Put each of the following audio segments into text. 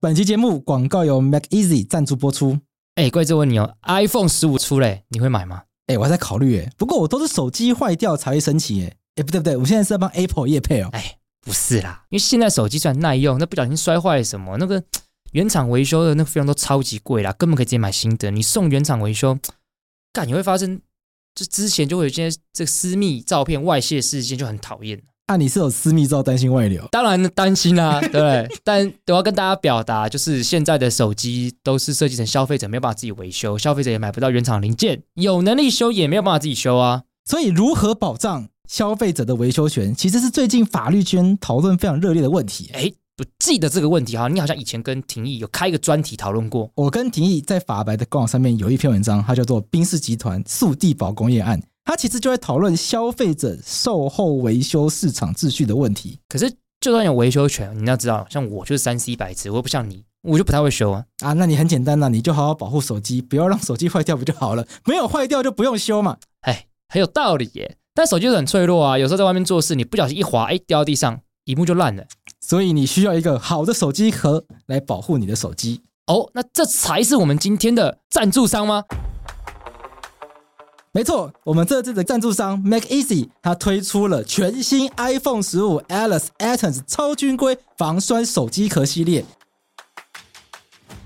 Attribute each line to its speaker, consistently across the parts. Speaker 1: 本期节目广告由 Mac Easy 赞助播出。
Speaker 2: 哎、怪志问你哦，iPhone 十五出嘞，你会买吗？
Speaker 1: 哎、我还在考虑哎，不过我都是手机坏掉才会升级哎。哎、不对不对，我现在是要帮 Apple 业配哦、
Speaker 2: 哎，不是啦，因为现在手机虽然耐用，那不小心摔坏什么，那个原厂维修的那个费用都超级贵啦，根本可以直接买新的。你送原厂维修，干你会发生，就之前就会有一些这个私密照片外泄事件，就很讨厌。
Speaker 1: 啊，你是有私密照担心外流？
Speaker 2: 当然担心啦、对不对？ 但我要跟大家表达，就是现在的手机都是设计成消费者没有办法自己维修，消费者也买不到原厂零件，有能力修也没有办法自己修啊。
Speaker 1: 所以，如何保障消费者的维修权，其实是最近法律圈讨论非常热烈的问题。
Speaker 2: 哎，我记得这个问题哈，你好像以前跟廷义有开一个专题讨论过。
Speaker 1: 我跟廷义在法白的官网上面有一篇文章，它叫做《宾士集团速地保工业案》，它其实就在讨论消费者售后维修市场秩序的问题。
Speaker 2: 可是就算有维修权，你要知道，像我就是三 C 白痴，我又不像你，我就不太会修啊。
Speaker 1: 啊，那你很简单呐、你就好好保护手机，不要让手机坏掉不就好了？没有坏掉就不用修嘛。
Speaker 2: 哎，很有道理耶。但手机就是很脆弱啊，有时候在外面做事，你不小心一滑，哎，掉到地上，屏幕就烂了。
Speaker 1: 所以你需要一个好的手机壳来保护你的手机。
Speaker 2: 哦，那这才是我们今天的赞助商吗？
Speaker 1: 没错，我们这次的赞助商 Make Easy，它推出了全新 iPhone 十五 Alice Atoms 超军规防摔手机壳系列。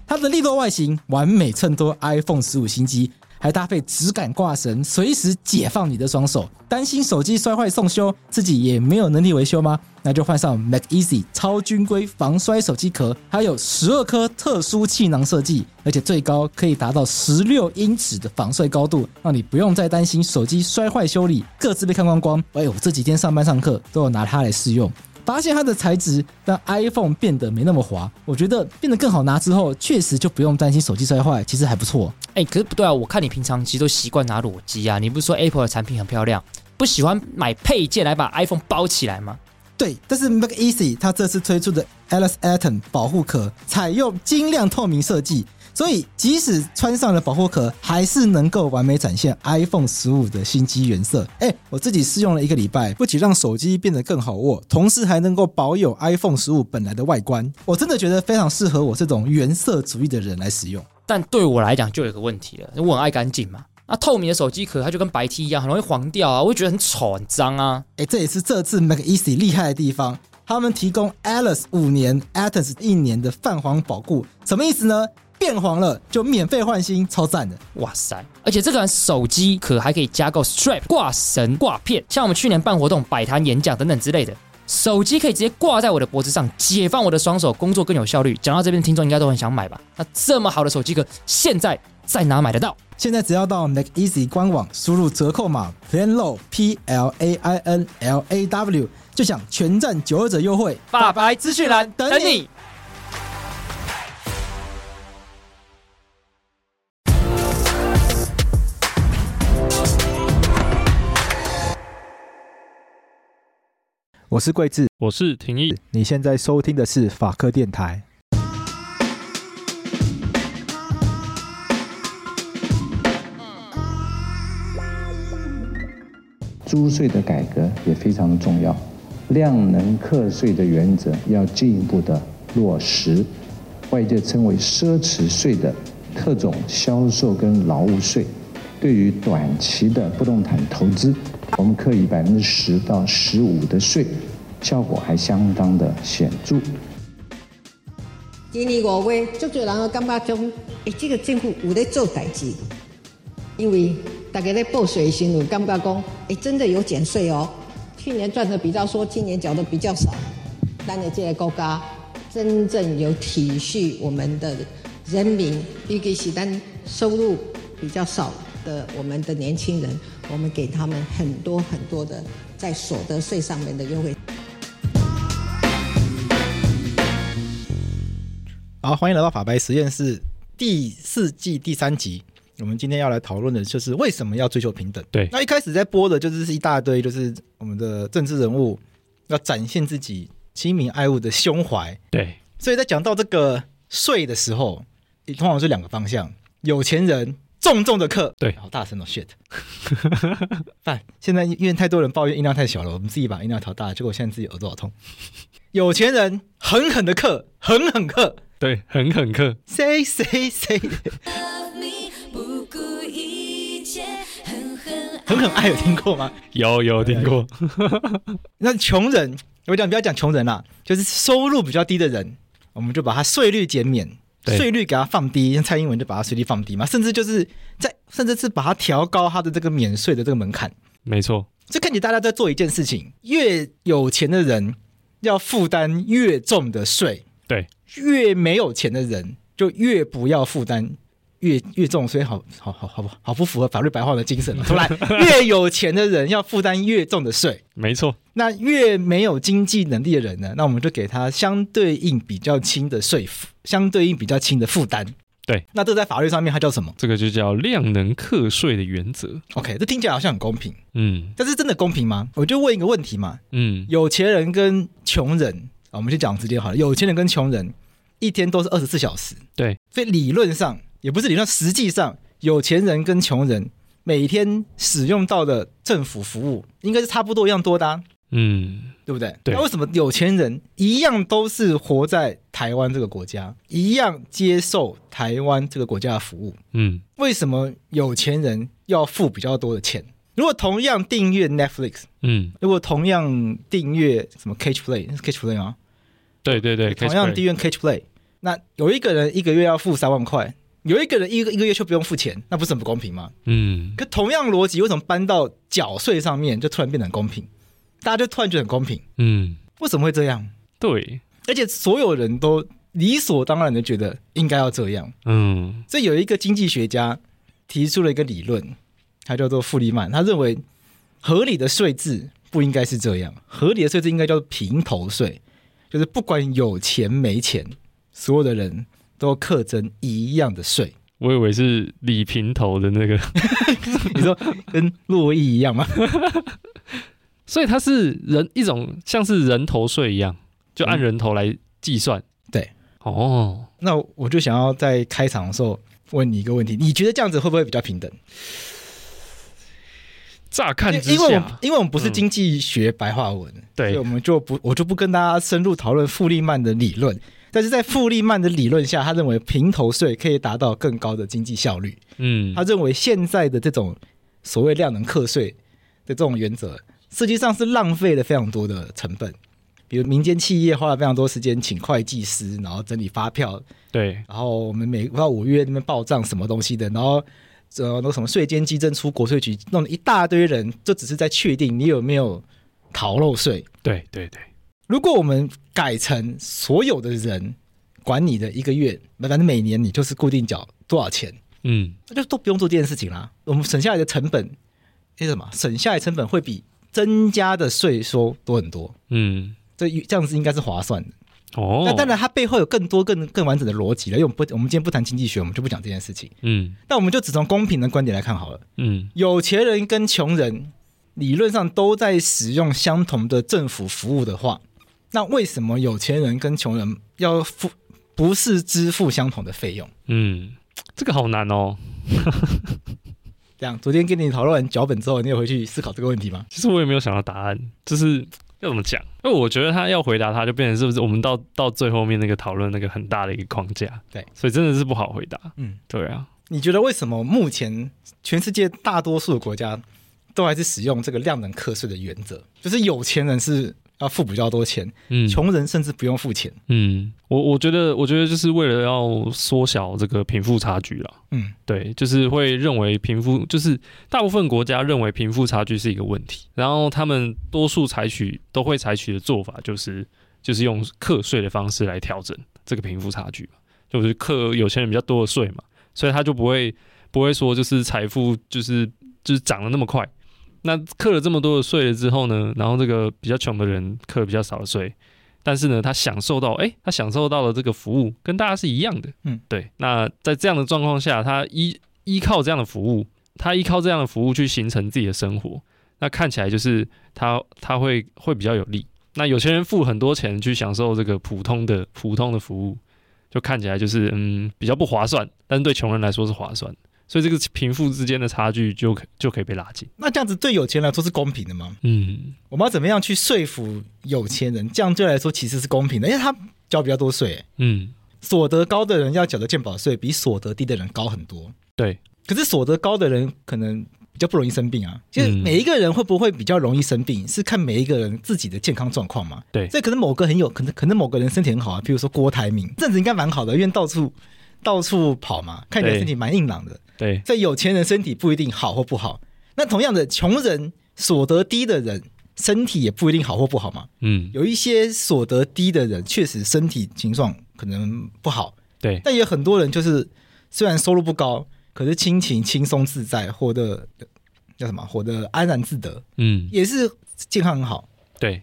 Speaker 1: 它的利落外形完美衬托 iPhone 十五新机，还搭配质感挂绳，随时解放你的双手。担心手机摔坏送修，自己也没有能力维修吗？那就换上 Mac Easy 超军规防摔手机壳，它有十二颗特殊气囊设计，而且最高可以达到十六英尺的防摔高度，让你不用再担心手机摔坏修理，各自被看光光。哎呦，我这几天上班上课都有拿它来试用。发现它的材质让 iPhone 变得没那么滑，我觉得变得更好拿之后，确实就不用担心手机摔坏，其实还不错。
Speaker 2: 哎，可是不对啊，我看你平常其实都习惯拿裸机啊，你不是说 Apple 的产品很漂亮，不喜欢买配件来把 iPhone 包起来吗？
Speaker 1: 对，但是 Mac Easy 它这次推出的 Alice Atom 保护壳采用晶亮透明设计，所以即使穿上了保护壳，还是能够完美展现 iPhone 十五的新机原色。哎，我自己试用了一个礼拜，不仅让手机变得更好握，同时还能够保有 iPhone 十五本来的外观。我真的觉得非常适合我这种原色主义的人来使用。
Speaker 2: 但对我来讲就有一个问题了，我很爱干净嘛。那透明的手机壳它就跟白 T 一样，很容易黄掉啊，我会觉得很丑很脏啊。
Speaker 1: 哎，这也是这次 Mac Easy 厉害的地方，他们提供 Alice 五年、Athens 一年的泛黄保固，什么意思呢？变黄了就免费换新，超赞的！
Speaker 2: 哇塞！而且这款手机壳还可以加购 strap 挂绳、挂片，像我们去年办活动、摆摊、演讲等等之类的，手机可以直接挂在我的脖子上，解放我的双手，工作更有效率。讲到这边，听众应该都很想买吧？那这么好的手机壳，现在在哪买得到？
Speaker 1: 现在只要到 Mac Easy 官网输入折扣码 Planlaw P L A I N L A W，就享全站九二折优惠。
Speaker 2: 法白资讯栏
Speaker 1: 等你。我是桂智，
Speaker 3: 我是廷义，
Speaker 1: 你现在收听的是法科电台。
Speaker 4: 租税的改革也非常的重要，量能课税的原则要进一步的落实。外界称为奢侈税的特种销售跟劳务税，对于短期的不动产投资，我们可以百分之十到十五的税，效果还相当的显著。
Speaker 5: 今年五月，足侪人都啊感觉讲，诶、这个政府有咧做代志，因为大家在报税的时候有感觉讲，诶、真的有减税哦。去年赚的比较多，今年缴的比较少，咱的这个国家真正有体恤我们的人民，尤其是咱收入比较少的我们的年轻人，我们给他们很多很多的在所得税上面的优惠。
Speaker 1: 好，欢迎来到法白实验室第四季第三集。我们今天要来讨论的就是为什么要追求平等。
Speaker 3: 对
Speaker 1: 那一开始在播的就是一大堆，就是我们的政治人物要展现自己亲民爱物的胸怀。
Speaker 3: 对，
Speaker 1: 所以在讲到这个税的时候，也通常是两个方向：有钱人重重的克，
Speaker 3: 对
Speaker 1: 好大声哦，shit！但现在因为太多人抱怨音量太小了，我们自己把音量调大，结果现在自己耳朵好痛。有钱人狠狠的克，狠狠克，
Speaker 3: 对，很很客。
Speaker 1: 谁谁 谁，
Speaker 6: 不顾一切，狠狠
Speaker 1: 狠狠爱有听过吗？
Speaker 3: 有有听
Speaker 1: 哎
Speaker 3: 过，
Speaker 1: 那穷人，我讲不要讲穷人啦，就是收入比较低的人，我们就把他税率减免，
Speaker 3: 对
Speaker 1: 税率给他放低，像蔡英文就把他税率放低嘛，甚至就是在甚至是把它调高他的这个免税的这个门槛。
Speaker 3: 没错，
Speaker 1: 这看起来大家在做一件事情，越有钱的人要负担越重的税，
Speaker 3: 对，
Speaker 1: 越没有钱的人就越不要负担越越重的税，好好好好不好不符合法律白话的精神、啊。突然，越有钱的人要负担越重的税，
Speaker 3: 没错，
Speaker 1: 那越没有经济能力的人呢，那我们就给他相对应比较轻的税负，相对应比较轻的负担。
Speaker 3: 对，
Speaker 1: 那这在法律上面它叫什么
Speaker 3: 这个就叫量能课税的原则。
Speaker 1: ？OK，这听起来好像很公平，
Speaker 3: 嗯
Speaker 1: 但是真的公平吗？我就问一个问题嘛，
Speaker 3: 嗯，
Speaker 1: 有钱人跟穷人啊，我们先讲直接好了。有钱人跟穷人一天都是二十四小时，
Speaker 3: 对，
Speaker 1: 所以理论上也不是理论，实际上有钱人跟穷人每天使用到的政府服务应该是差不多一样多的、啊，
Speaker 3: 嗯
Speaker 1: 对不对？
Speaker 3: 对
Speaker 1: 那为什么有钱人一样都是活在台湾这个国家，一样接受台湾这个国家的服务？
Speaker 3: 嗯，
Speaker 1: 为什么有钱人要付比较多的钱？如果同样订阅 Netflix，
Speaker 3: 嗯，
Speaker 1: 如果同样订阅什么 Catch Play 是 Catch Play 吗？
Speaker 3: 对对对，
Speaker 1: 同样订阅 Catch Play，那有一个人一个月要付三万块，有一个人一个一个月却不用付钱，那不是很不公平吗？
Speaker 3: 嗯，
Speaker 1: 可同样逻辑，为什么搬到缴税上面就突然变得很公平？大家就突然觉得很公平，
Speaker 3: 嗯，
Speaker 1: 为什么会这样？
Speaker 3: 对，
Speaker 1: 而且所有人都理所当然的觉得应该要这样。
Speaker 3: 嗯
Speaker 1: 这有一个经济学家提出了一个理论，他叫做富利曼，他认为合理的税制不应该是这样，合理的税制应该叫做平头税，就是不管有钱没钱，所有的人都课征一样的税。
Speaker 3: 我以为是李平头的那个，
Speaker 1: 你说跟洛伊一样吗？
Speaker 3: 所以它是人一种像是人头税一样，就按人头来计算。
Speaker 1: 嗯对，
Speaker 3: 哦，
Speaker 1: 那我就想要在开场的时候问你一个问题，你觉得这样子会不会比较平等？
Speaker 3: 乍看
Speaker 1: 因
Speaker 3: 之
Speaker 1: 因为我们
Speaker 3: 下，嗯
Speaker 1: 因为我们不是经济学白话文，
Speaker 3: 对
Speaker 1: 所以我们就不我就不跟大家深入讨论富利曼的理论。但是在富利曼的理论下，他认为平头税可以达到更高的经济效率。
Speaker 3: 嗯
Speaker 1: 他，认为现在的这种所谓量能课税的这种原则，实际上是浪费了非常多的成本。比如民间企业花了非常多时间请会计师，然后整理发票，
Speaker 3: 对，
Speaker 1: 然后我们每到五月那边报账什么东西的，然后呃那什么税监基征出国税局弄了一大堆人，就只是在确定你有没有逃漏税。
Speaker 3: 对，对，对，
Speaker 1: 如果我们改成所有的人管你的一个月，反正每年你就是固定缴多少钱，
Speaker 3: 嗯，
Speaker 1: 那就都不用做这件事情啦。我们省下来的成本那什么，省下来的成本会比增加的税收多很多。
Speaker 3: 嗯，
Speaker 1: 这这样子应该是划算的。
Speaker 3: 哦，
Speaker 1: 那当然，它背后有更多更更完整的逻辑了。因为我们不，我们今天不谈经济学，我们就不讲这件事情。
Speaker 3: 嗯
Speaker 1: 那我们就只从公平的观点来看好了。
Speaker 3: 嗯，
Speaker 1: 有钱人跟穷人理论上都在使用相同的政府服务的话，那为什么有钱人跟穷人要付不是支付相同的费用？
Speaker 3: 嗯，这个好难哦。
Speaker 1: 这样，昨天跟你讨论完脚本之后，你有回去思考这个问题吗？
Speaker 3: 其实我也没有想到答案，就是要怎么讲？因为我觉得他要回答他，就变成是不是我们到到最后面那个讨论那个很大的一个框架。
Speaker 1: 对
Speaker 3: 所以真的是不好回答。
Speaker 1: 嗯，
Speaker 3: 对啊，
Speaker 1: 你觉得为什么目前全世界大多数的国家都还是使用这个量能课税的原则？就是有钱人是要付比较多钱，
Speaker 3: 嗯，
Speaker 1: 穷人甚至不用付钱。
Speaker 3: 嗯，我我觉得，我觉得就是为了要缩小这个贫富差距啦。
Speaker 1: 嗯，
Speaker 3: 对，就是会认为贫富，就是大部分国家认为贫富差距是一个问题，然后他们多数采取都会采取的做法就是，就是用课税的方式来调整这个贫富差距嘛，就是课有钱人比较多的税嘛，所以他就不会不会说就是财富就是就是涨得那么快。那课了这么多的税了之后呢，然后这个比较穷的人课了比较少的税，但是呢，他享受到，诶，他享受到了这个服务，跟大家是一样的。
Speaker 1: 嗯，
Speaker 3: 对。那在这样的状况下，他依依靠这样的服务，他依靠这样的服务去形成自己的生活，那看起来就是他他会会比较有利。那有些人付很多钱去享受这个普通的普通的服务，就看起来就是嗯比较不划算，但是对穷人来说是划算的。所以这个贫富之间的差距就可就可以被拉近。
Speaker 1: 那这样子对有钱人来说是公平的吗？
Speaker 3: 嗯，
Speaker 1: 我们要怎么样去说服有钱人？这样对来说其实是公平的，因为他交比较多税，
Speaker 3: 嗯，
Speaker 1: 所得高的人要缴的健保税比所得低的人高很多。
Speaker 3: 对，
Speaker 1: 可是所得高的人可能比较不容易生病啊。其实
Speaker 3: 嗯
Speaker 1: 每一个人会不会比较容易生病，是看每一个人自己的健康状况嘛。
Speaker 3: 对
Speaker 1: 所以可能某个很有可能，可能某个人身体很好啊，比如说郭台铭，这阵子应该蛮好的，因为到处到处跑嘛，看起来
Speaker 3: 对
Speaker 1: 身体蛮硬朗的。
Speaker 3: 对，
Speaker 1: 所以有钱人身体不一定好或不好。那同样的，穷人所得低的人身体也不一定好或不好嘛。
Speaker 3: 嗯，
Speaker 1: 有一些所得低的人确实身体情况可能不好，
Speaker 3: 对，
Speaker 1: 但也有很多人就是虽然收入不高，可是亲情轻松自在，活得叫什么？活得安然自得，
Speaker 3: 嗯，
Speaker 1: 也是健康很好。
Speaker 3: 对，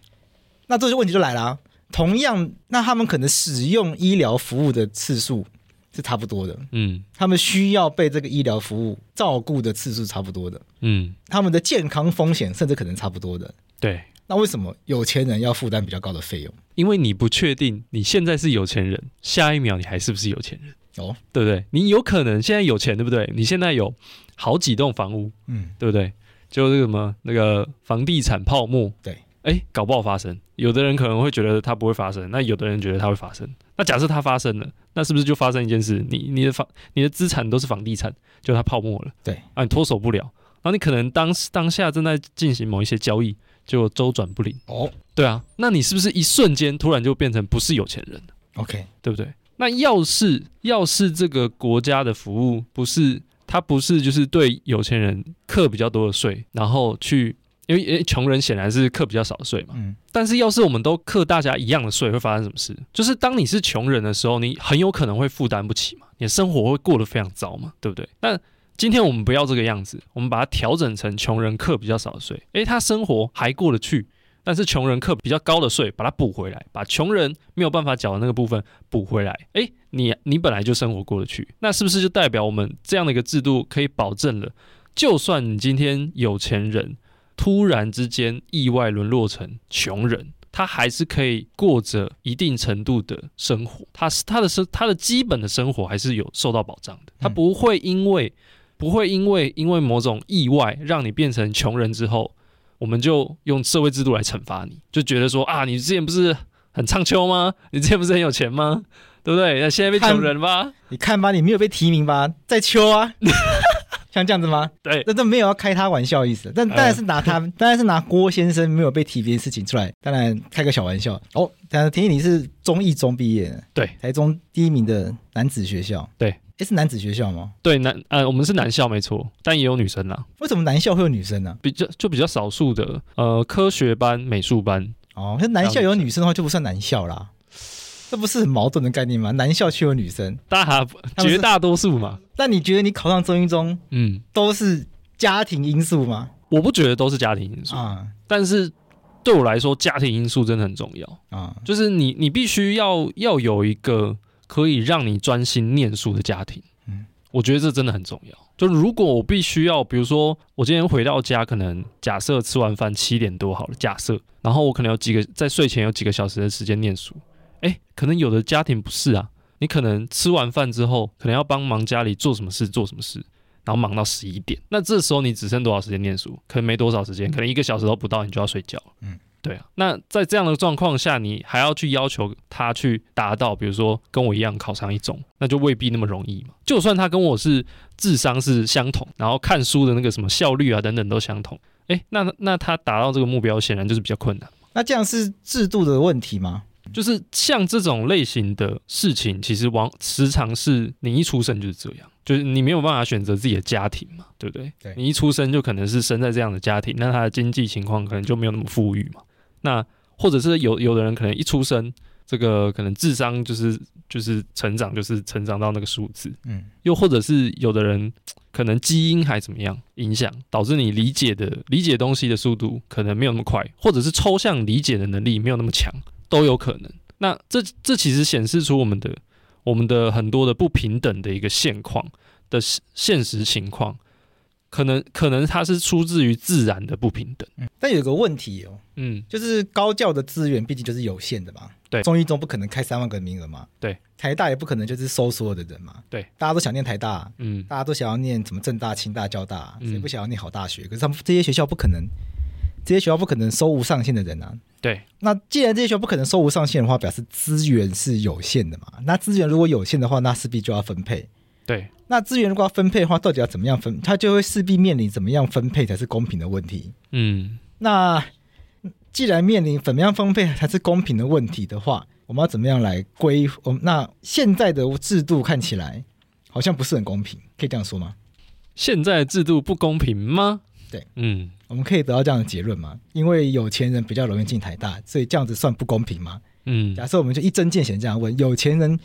Speaker 1: 那这就问题就来啦。同样，那他们可能使用医疗服务的次数是差不多的，
Speaker 3: 嗯
Speaker 1: 他们需要被这个医疗服务照顾的次数差不多的，
Speaker 3: 嗯，
Speaker 1: 他们的健康风险甚至可能差不多的。
Speaker 3: 对，
Speaker 1: 那为什么有钱人要负担比较高的费用？
Speaker 3: 因为你不确定你现在是有钱人，下一秒你还是不是有钱人，
Speaker 1: 哦，
Speaker 3: 对不对？你有可能现在有钱，对不对？你现在有好几栋房屋，
Speaker 1: 嗯，
Speaker 3: 对不对？就是什么那个房地产泡沫，
Speaker 1: 对，
Speaker 3: 哎，搞不好发生。有的人可能会觉得它不会发生，那有的人觉得它会发生。那假设它发生了，那是不是就发生一件事？你你的房你的资产都是房地产，就它泡沫了，
Speaker 1: 对
Speaker 3: 啊，你脱手不了。然后你可能当当下正在进行某一些交易，结果周转不灵，
Speaker 1: 哦
Speaker 3: 对啊，那你是不是一瞬间突然就变成不是有钱人？
Speaker 1: ，OK，
Speaker 3: 对不对？那要是要是这个国家的服务不是它不是就是对有钱人课比较多的税，然后去因为因为穷人显然是课比较少的税嘛，
Speaker 1: 嗯，
Speaker 3: 但是要是我们都课大家一样的税，会发生什么事？就是当你是穷人的时候，你很有可能会负担不起嘛，你的生活会过得非常糟嘛，对不对？但今天我们不要这个样子，我们把它调整成穷人课比较少的税，诶，他生活还过得去，但是穷人课比较高的税把它补回来，把穷人没有办法缴的那个部分补回来，诶，你你本来就生活过得去，那是不是就代表我们这样的一个制度可以保证了？就算你今天有钱人，突然之间意外沦落成穷人，他还是可以过着一定程度的生活，他是他的生他的基本的生活还是有受到保障的，他不会因为不会因为因为某种意外让你变成穷人之后，我们就用社会制度来惩罚你，就觉得说啊，你之前不是很畅秋吗？你之前不是很有钱吗？对不对？那现在变穷人吧？
Speaker 1: 你看吧，你没有被提名吧，在秋啊， 像这样子吗？
Speaker 3: 对，
Speaker 1: 那这没有要开他玩笑的意思，但当然是拿他， 当然是拿郭先生没有被提名的事情出来，当然开个小玩笑。哦，但田你是中一中毕业的，
Speaker 3: 对
Speaker 1: 台中第一名的男子学校，
Speaker 3: 对
Speaker 1: 诶，是男子学校吗？
Speaker 3: 对，男呃，我们是男校没错，但也有女生啦，
Speaker 1: 为什么男校会有女生呢、
Speaker 3: 比较就比较少数的呃科学班、美术班，
Speaker 1: 哦，那男校有女生的话就不算男校啦，这不是很矛盾的概念吗？男校却有女生，
Speaker 3: 大
Speaker 1: 们是
Speaker 3: 绝大多数嘛，
Speaker 1: 那你觉得你考上中一中
Speaker 3: 嗯，
Speaker 1: 都是家庭因素吗？
Speaker 3: 我不觉得都是家庭因素，
Speaker 1: 啊
Speaker 3: 但是对我来说，家庭因素真的很重要。
Speaker 1: 啊，
Speaker 3: 就是你你必须要要有一个可以让你专心念书的家庭。
Speaker 1: 嗯
Speaker 3: 我觉得这真的很重要。就如果我必须要，比如说我今天回到家，可能假设吃完饭七点多好了，假设，然后我可能有几个在睡前有几个小时的时间念书。诶，可能有的家庭不是啊，你可能吃完饭之后，可能要帮忙家里做什么事做什么事，然后忙到十一点，那这时候你只剩多少时间念书？可能没多少时间，可能一个小时都不到，你就要睡觉了。对啊，那在这样的状况下，你还要去要求他去达到，比如说跟我一样考上一中，那就未必那么容易嘛。就算他跟我是智商是相同，然后看书的那个什么效率啊等等都相同，诶，那那他达到这个目标显然就是比较困难。
Speaker 1: 那这样是制度的问题吗？
Speaker 3: 就是像这种类型的事情，其实往时常是你一出生就是这样，就是你没有办法选择自己的家庭嘛，对不对？
Speaker 1: 对
Speaker 3: 你一出生就可能是生在这样的家庭，那他的经济情况可能就没有那么富裕嘛。那或者是有有的人可能一出生，这个可能智商就是就是成长就是成长到那个数字，
Speaker 1: 嗯，
Speaker 3: 又或者是有的人可能基因还怎么样影响，导致你理解的理解东西的速度可能没有那么快，或者是抽象理解的能力没有那么强，都有可能。那这这其实显示出我们的我们的很多的不平等的一个现况的现现实情况，可能可能它是出自于自然的不平等。
Speaker 1: 但有个问题哦，
Speaker 3: 嗯，
Speaker 1: 就是高教的资源毕竟就是有限的嘛，
Speaker 3: 对
Speaker 1: 中一中不可能开三万个名额嘛，
Speaker 3: 对，
Speaker 1: 台大也不可能就是收所有的人嘛，
Speaker 3: 对，
Speaker 1: 大家都想念台大，
Speaker 3: 嗯，
Speaker 1: 大家都想要念什么正大、清大、交大，
Speaker 3: 嗯
Speaker 1: 谁不想要念好大学？可是他们这些学校不可能这些学校不可能收无上限的人啊。
Speaker 3: 对，
Speaker 1: 那既然这些学校不可能收无上限的话，表示资源是有限的嘛。那资源如果有限的话，那势必就要分配。
Speaker 3: 对，
Speaker 1: 那资源如果要分配的话，到底要怎么样分？它就会势必面临怎么样分配才是公平的问题。
Speaker 3: 嗯，
Speaker 1: 那既然面临怎么样分配才是公平的问题的话，我们要怎么样来规？我们那现在的制度看起来好像不是很公平，可以这样说吗？
Speaker 3: 现在的制度不公平吗？
Speaker 1: 对，
Speaker 3: 嗯，
Speaker 1: 我们可以得到这样的结论吗？因为有钱人比较容易进台大，所以这样子算不公平吗？
Speaker 3: 嗯
Speaker 1: 假设我们就一针见血这样问：有钱人，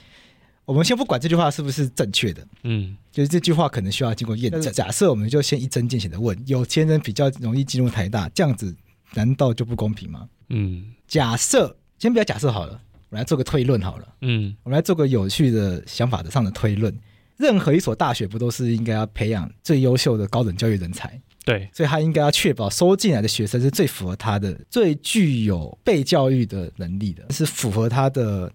Speaker 1: 我们先不管这句话是不是正确的，
Speaker 3: 嗯，
Speaker 1: 就是这句话可能需要经过验证。假设我们就先一针见血的问：有钱人比较容易进入台大，这样子难道就不公平吗？
Speaker 3: 嗯，
Speaker 1: 假设先不要假设好了，我们来做个推论好了，
Speaker 3: 嗯，
Speaker 1: 我们来做个有趣的想法上的推论。任何一所大学不都是应该要培养最优秀的高等教育人才？
Speaker 3: 对，
Speaker 1: 所以他应该要确保收进来的学生是最符合他的、最具有被教育的能力的，是符合他的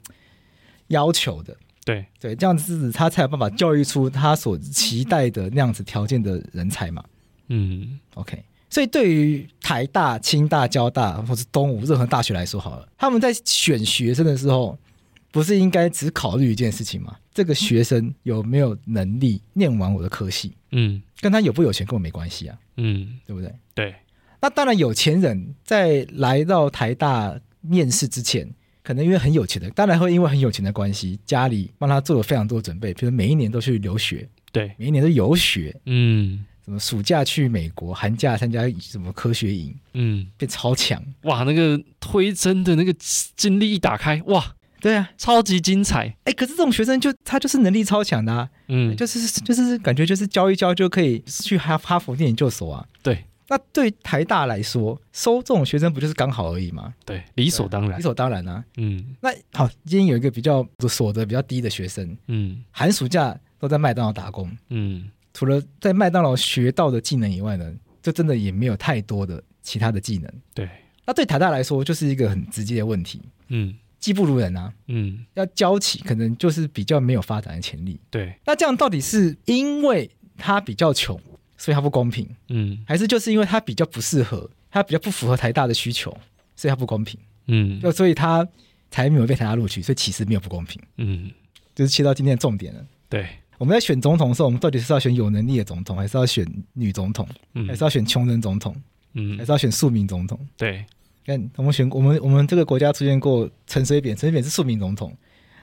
Speaker 1: 要求的。
Speaker 3: 对，
Speaker 1: 对，这样子他才有办法教育出他所期待的那样子条件的人才嘛。
Speaker 3: 嗯，
Speaker 1: OK，所以对于台大、清大、交大或是东吴任何大学来说，好了，他们在选学生的时候，不是应该只考虑一件事情吗？这个学生有没有能力念完我的科系，
Speaker 3: 嗯，
Speaker 1: 跟他有不有钱跟我没关系啊，
Speaker 3: 嗯，
Speaker 1: 对不对？
Speaker 3: 对，
Speaker 1: 那当然，有钱人在来到台大面试之前，可能因为很有钱的，当然会因为很有钱的关系，家里帮他做了非常多准备，比如每一年都去留学，
Speaker 3: 对，
Speaker 1: 每一年都游学，
Speaker 3: 嗯，
Speaker 1: 什么暑假去美国，寒假参加什么科学营，
Speaker 3: 嗯，
Speaker 1: 变超强。
Speaker 3: 哇，那个推针的那个经历一打开，哇，
Speaker 1: 对啊，
Speaker 3: 超级精彩，
Speaker 1: 哎，可是这种学生就他就是能力超强的、啊，
Speaker 3: 嗯，
Speaker 1: 就是就是感觉就是教一教就可以去哈哈佛念研究所啊。
Speaker 3: 对
Speaker 1: 那对台大来说，收这种学生不就是刚好而已吗？
Speaker 3: 对，理所当然
Speaker 1: 理，所当然啊。
Speaker 3: 嗯
Speaker 1: 那好，今天有一个比较所得比较低的学生，
Speaker 3: 嗯
Speaker 1: 寒暑假都在麦当劳打工，
Speaker 3: 嗯，
Speaker 1: 除了在麦当劳学到的技能以外呢，就真的也没有太多的其他的技能。
Speaker 3: 对，
Speaker 1: 那对台大来说，就是一个很直接的问题，
Speaker 3: 嗯
Speaker 1: 技不如人啊，
Speaker 3: 嗯，
Speaker 1: 要教起可能就是比较没有发展的潜力。
Speaker 3: 对，
Speaker 1: 那这样到底是因为他比较穷，所以他不公平，
Speaker 3: 嗯
Speaker 1: 还是就是因为他比较不适合，他比较不符合台大的需求，所以他不公平，
Speaker 3: 嗯
Speaker 1: 就所以他才没有被台大录取，所以其实没有不公平。
Speaker 3: 嗯，
Speaker 1: 就是切到今天的重点了。
Speaker 3: 对，
Speaker 1: 我们在选总统的时候，我们到底是要选有能力的总统，还是要选女总统，
Speaker 3: 嗯
Speaker 1: 还是要选穷人总统，还
Speaker 3: 嗯
Speaker 1: 是要选庶民总统？
Speaker 3: 对，
Speaker 1: 看我们选我们我们这个国家出现过陈水扁，陈水扁是庶民总统。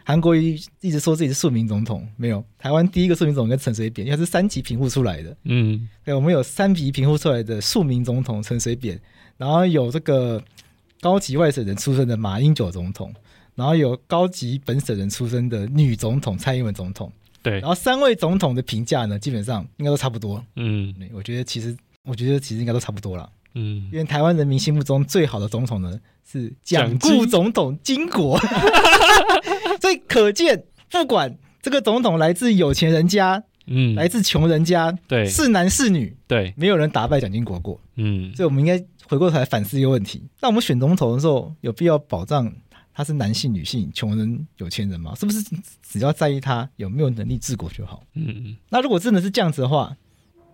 Speaker 1: 韩国瑜一直说自己是庶民总统，没有台湾第一个庶民总统跟陈水扁，因为他是三级贫户出来的。
Speaker 3: 嗯
Speaker 1: 对，我们有三级贫户出来的庶民总统陈水扁，然后有这个高级外省人出身的马英九总统，然后有高级本省人出身的女总统蔡英文总统。
Speaker 3: 对
Speaker 1: 然，后三位总统的评价呢，基本上应该都差不多。
Speaker 3: 嗯
Speaker 1: 对我觉得其实，我觉得其实应该都差不多了。
Speaker 3: 嗯
Speaker 1: 因，为台湾人民心目中最好的总统呢是
Speaker 3: 蒋
Speaker 1: 蒋
Speaker 3: 经
Speaker 1: 顾总统金国， 所以可见，不管这个总统来自有钱人家，
Speaker 3: 嗯，
Speaker 1: 来自穷人家，
Speaker 3: 对
Speaker 1: 是男是女，
Speaker 3: 对，
Speaker 1: 没有人打败蒋经国过。
Speaker 3: 嗯
Speaker 1: 所以我们应该回过头来反思一个问题：那我们选总统的时候，有必要保障他是男性、女性、穷人、有钱人吗？是不是只要在意他有没有能力治国就好？
Speaker 3: 嗯
Speaker 1: 那如果真的是这样子的话，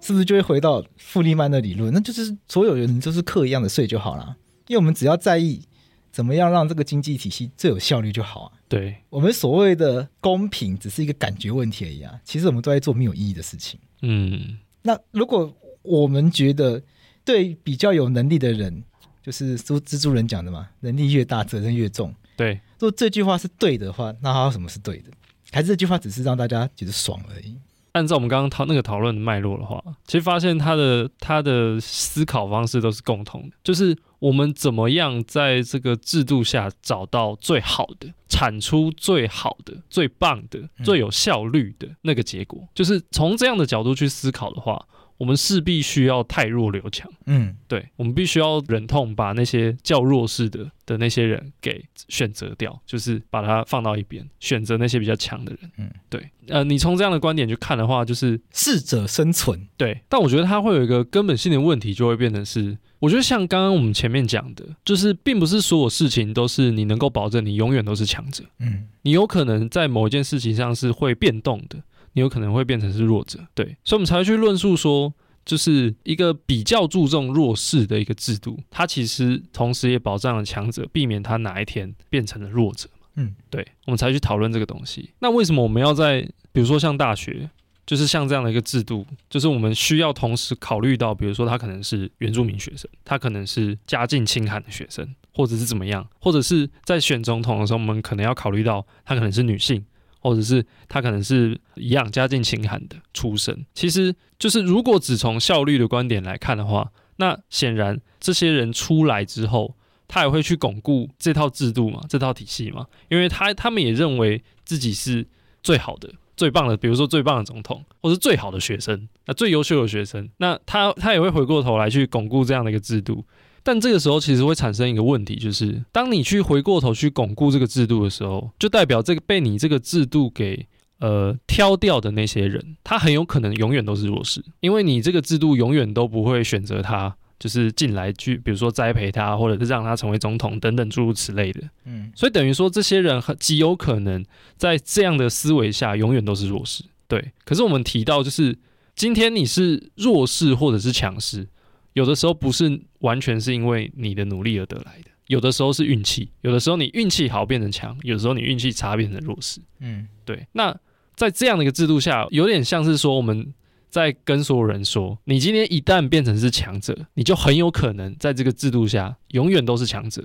Speaker 1: 是不是就会回到富利曼的理论？那就是所有人就是课一样的睡就好了，啊因为我们只要在意怎么样让这个经济体系最有效率就好啊。
Speaker 3: 对，
Speaker 1: 我们所谓的公平只是一个感觉问题而已啊，其实我们都在做没有意义的事情。
Speaker 3: 嗯
Speaker 1: 那如果我们觉得对比较有能力的人，就是蜘蜘蛛人讲的嘛，能力越大责任越重。
Speaker 3: 对，
Speaker 1: 如果这句话是对的话，那还有什么是对的？还是这句话只是让大家觉得爽而已？
Speaker 3: 按照我们刚刚讨那个讨论的脉络的话，其实发现他的他的思考方式都是共同的，就是我们怎么样在这个制度下找到最好的、产出最好的、最棒的、最有效率的那个结果。就是从这样的角度去思考的话，我们势必需要太弱留强。
Speaker 1: 嗯，
Speaker 3: 对我们必须要忍痛把那些较弱势的的那些人给选择掉，就是把它放到一边，选择那些比较强的人。
Speaker 1: 嗯，
Speaker 3: 对。呃，你从这样的观点去看的话，就是
Speaker 1: 适者生存。
Speaker 3: 对，但我觉得它会有一个根本性的问题，就会变成是，我觉得像刚刚我们前面讲的，就是并不是所有事情都是你能够保证你永远都是强者，
Speaker 1: 嗯，
Speaker 3: 你有可能在某一件事情上是会变动的，你有可能会变成是弱者。对，所以我们才会去论述说，就是一个比较注重弱势的一个制度，它其实同时也保障了强者，避免他哪一天变成了弱者嘛。
Speaker 1: 嗯，
Speaker 3: 对，我们才去讨论这个东西。那为什么我们要在比如说像大学，就是像这样的一个制度，就是我们需要同时考虑到，比如说他可能是原住民学生，他可能是家境清寒的学生，或者是怎么样，或者是在选总统的时候，我们可能要考虑到他可能是女性。或者是他可能是一样家境清寒的出身。其实就是如果只从效率的观点来看的话，那显然这些人出来之后，他也会去巩固这套制度嘛，这套体系嘛，因为他他们也认为自己是最好的。最棒的，比如说最棒的总统，或是最好的学生，那最优秀的学生，那他他也会回过头来去巩固这样的一个制度。但这个时候其实会产生一个问题，就是当你去回过头去巩固这个制度的时候，就代表这个被你这个制度给呃挑掉的那些人，他很有可能永远都是弱势，因为你这个制度永远都不会选择他，就是进来去，比如说栽培他，或者是让他成为总统等等诸如此类的。
Speaker 1: 嗯，
Speaker 3: 所以等于说，这些人很极有可能在这样的思维下，永远都是弱势。对，可是我们提到，就是今天你是弱势或者是强势，有的时候不是完全是因为你的努力而得来的，有的时候是运气，有的时候你运气好变成强，有的时候你运气差变成弱势。
Speaker 1: 嗯，
Speaker 3: 对，那在这样的一个制度下，有点像是说我们在跟所有人说，你今天一旦变成是强者，你就很有可能在这个制度下永远都是强者。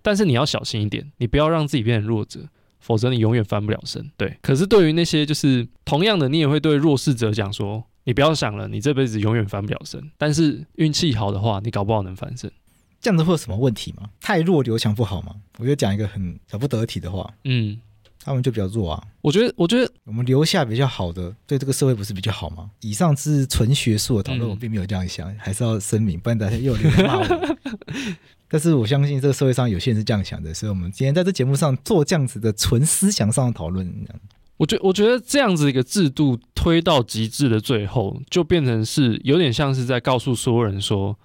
Speaker 3: 但是你要小心一点，你不要让自己变成弱者，否则你永远翻不了身。对，可是对于那些就是同样的，你也会对弱势者讲说，你不要想了，你这辈子永远翻不了身。但是运气好的话，你搞不好能翻身。
Speaker 1: 这样子会有什么问题吗？太弱留强不好吗？我就讲一个很小不得体的话，
Speaker 3: 嗯，
Speaker 1: 他们就比较弱啊。
Speaker 3: 我觉得，我觉得
Speaker 1: 我们留下比较好的，对这个社会不是比较好吗？以上是纯学术的讨论，
Speaker 3: 嗯
Speaker 1: 我并没有这样想，还是要声明，不然大家又有人骂 我。但是我相信这个社会上有些人是这样想的，所以我们今天在这节目上做这样子的纯思想上的讨论，
Speaker 3: 我觉我觉得这样子一个制度推到极致的最后，就变成是有点像是在告诉所有人说，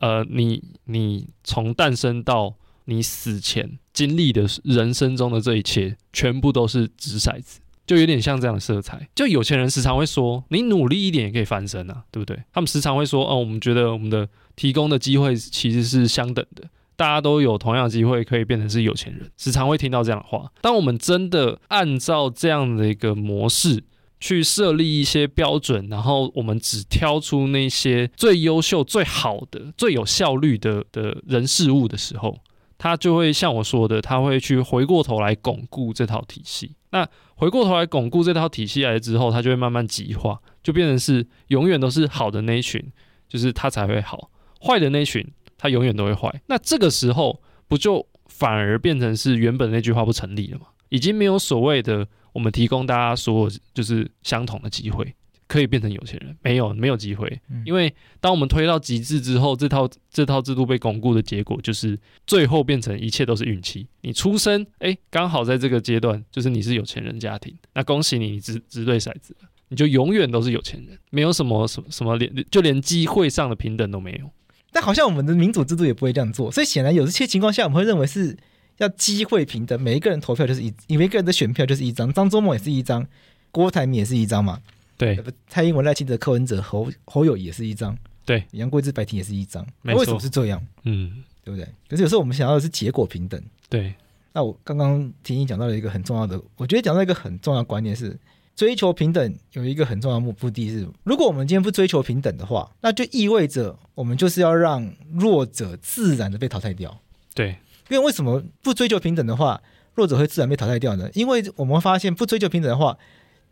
Speaker 3: 呃，你你从诞生到你死前经历的人生中的这一切，全部都是掷骰子，就有点像这样的色彩。就有钱人时常会说，你努力一点也可以翻身啊，对不对？他们时常会说，哦、我们觉得我们的提供的机会其实是相等的，大家都有同样的机会可以变成是有钱人，时常会听到这样的话。当我们真的按照这样的一个模式去设立一些标准，然后我们只挑出那些最优秀、最好的、最有效率的的人事物的时候，他就会像我说的，他会去回过头来巩固这套体系。那回过头来巩固这套体系来之后，它就会慢慢极化，就变成是永远都是好的那一群，就是他才会好；坏的那一群，它永远都会坏。那这个时候不就反而变成是原本那句话不成立了吗？已经没有所谓的我们提供大家所有就是相同的机会，可以变成有钱人，没有没有机会，因为当我们推到极致之后，这套这套制度被巩固的结果就是最后变成一切都是运气。你出生，哎，刚好在这个阶段，就是你是有钱人家庭，那恭喜你，你掷掷对骰子了。你就永远都是有钱人，没有什么什么什么连，就连机会上的平等都没有。
Speaker 1: 但好像我们的民主制度也不会这样做，所以显然有一些情况下，我们会认为是要机会平等，每一个人投票就是一，每一个人的选票就是一张，张忠谋也是一张，郭台铭也是一张嘛，
Speaker 3: 对
Speaker 1: 呃，不蔡英文、赖清德、柯文哲、侯侯友宜也是一张，
Speaker 3: 对，
Speaker 1: 杨贵枝、白婷也是一张，
Speaker 3: 没错
Speaker 1: 为什么是这样？
Speaker 3: 嗯，
Speaker 1: 对不对？可是有时候我们想要的是结果平等。
Speaker 3: 对，
Speaker 1: 那我刚刚听你讲到了一个很重要的，我觉得讲到一个很重要的观念是，追求平等有一个很重要的目目的是，如果我们今天不追求平等的话，那就意味着我们就是要让弱者自然的被淘汰掉。
Speaker 3: 对，
Speaker 1: 因为为什么不追求平等的话，弱者会自然被淘汰掉呢？因为我们发现不追求平等的话，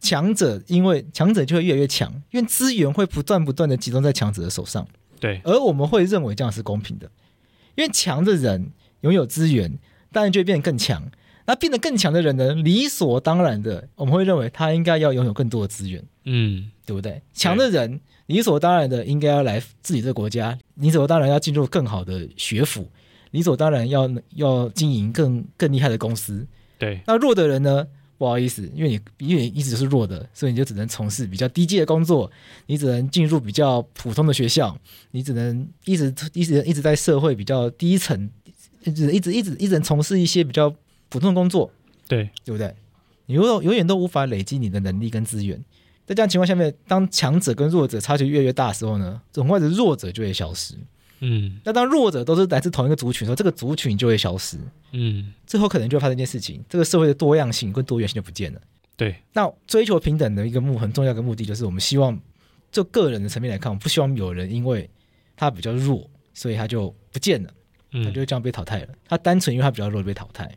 Speaker 1: 强者因为强者就会越来越强，因为资源会不断不断的集中在强者的手上，
Speaker 3: 对，
Speaker 1: 而我们会认为这样是公平的，因为强的人拥有资源，当然就会变得更强。那变得更强的人呢，理所当然的，我们会认为他应该要拥有更多的资源。
Speaker 3: 嗯，
Speaker 1: 对不对？强的人理所当然的应该要来自己这个国家，理所当然要进入更好的学府，理所当然要要经营更更厉害的公司。
Speaker 3: 对，
Speaker 1: 那弱的人呢？不好意思，因为你因为你一直是弱的，所以你就只能从事比较低阶的工作，你只能进入比较普通的学校，你只能一直一直一直在社会比较低层，一直一直一直一直从事一些比较普通的工作。
Speaker 3: 对，
Speaker 1: 对不对？你永永远都无法累积你的能力跟资源，在这样情况下面，当强者跟弱者差距越来越大的时候呢，很快的弱者就会消失。
Speaker 3: 嗯
Speaker 1: 那当弱者都是来自同一个族群的时候，这个族群就会消失。
Speaker 3: 嗯，
Speaker 1: 最后可能就会发生一件事情，这个社会的多样性跟多元性就不见了。
Speaker 3: 对，
Speaker 1: 那追求平等的一个目很重要的目的，就是我们希望就个人的层面来看，我们不希望有人因为他比较弱，所以他就不见了，他
Speaker 3: 嗯
Speaker 1: 就会这样被淘汰了。他单纯因为他比较弱就被淘汰。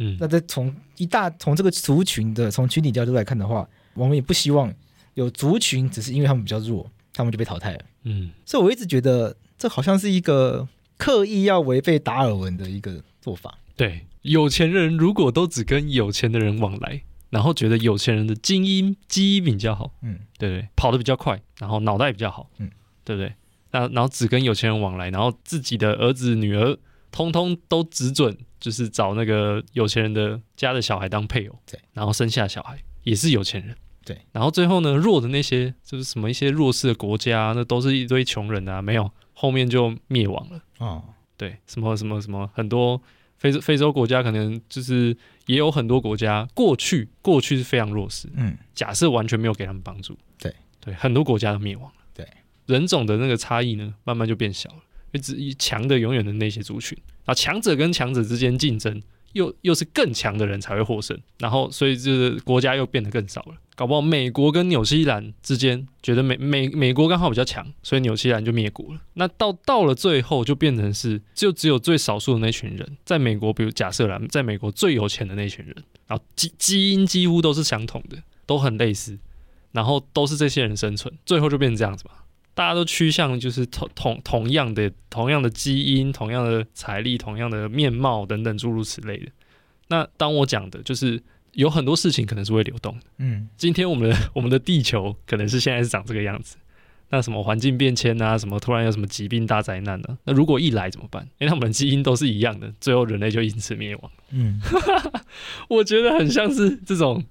Speaker 3: 嗯
Speaker 1: 那在从一大从这个族群的从群体角度来看的话，我们也不希望有族群只是因为他们比较弱，他们就被淘汰了。
Speaker 3: 嗯，
Speaker 1: 所以我一直觉得这好像是一个刻意要违背达尔文的一个做法。
Speaker 3: 对，有钱人如果都只跟有钱的人往来，然后觉得有钱人的精英基因比较好，
Speaker 1: 嗯，
Speaker 3: 对不对？跑得比较快，然后脑袋比较好，
Speaker 1: 嗯，
Speaker 3: 对不对？那然后只跟有钱人往来，然后自己的儿子女儿通通都只准就是找那个有钱人的家的小孩当配偶，
Speaker 1: 对，
Speaker 3: 然后生下小孩也是有钱人。
Speaker 1: 对，
Speaker 3: 然后最后呢，弱的那些就是什么一些弱势的国家啊、那都是一堆穷人啊，没有后面就灭亡了。
Speaker 1: 哦，
Speaker 3: 对，什么什么什么，很多非洲非洲国家可能就是也有很多国家过去过去是非常弱势，
Speaker 1: 嗯，
Speaker 3: 假设完全没有给他们帮助，
Speaker 1: 对
Speaker 3: 对，很多国家都灭亡了，
Speaker 1: 对，
Speaker 3: 人种的那个差异呢，慢慢就变小了，因为只强的永远的那些族群，啊，强者跟强者之间竞争，又又是更强的人才会获胜，然后所以就是国家又变得更少了，搞不好美国跟纽西兰之间觉得美美美国刚好比较强，所以纽西兰就灭国了，那到到了最后就变成是就只有最少数的那群人，在美国，比如假设啦，在美国最有钱的那群人，然后基基因几乎都是相同的，都很类似。然后都是这些人生存，最后就变成这样子嘛。大家都趋向就是同同同样的同样的基因、同样的财力、同样的面貌等等诸如此类的。那当我讲的就是有很多事情可能是会流动的。
Speaker 1: 嗯
Speaker 3: 今天我们的 我们的地球可能是现在是长这个样子，那什么环境变迁啊，什么突然有什么疾病大灾难啊，那如果一来怎么办？因为他们的基因都是一样的，最后人类就因此灭亡。
Speaker 1: 嗯，
Speaker 3: 我觉得很像是这种，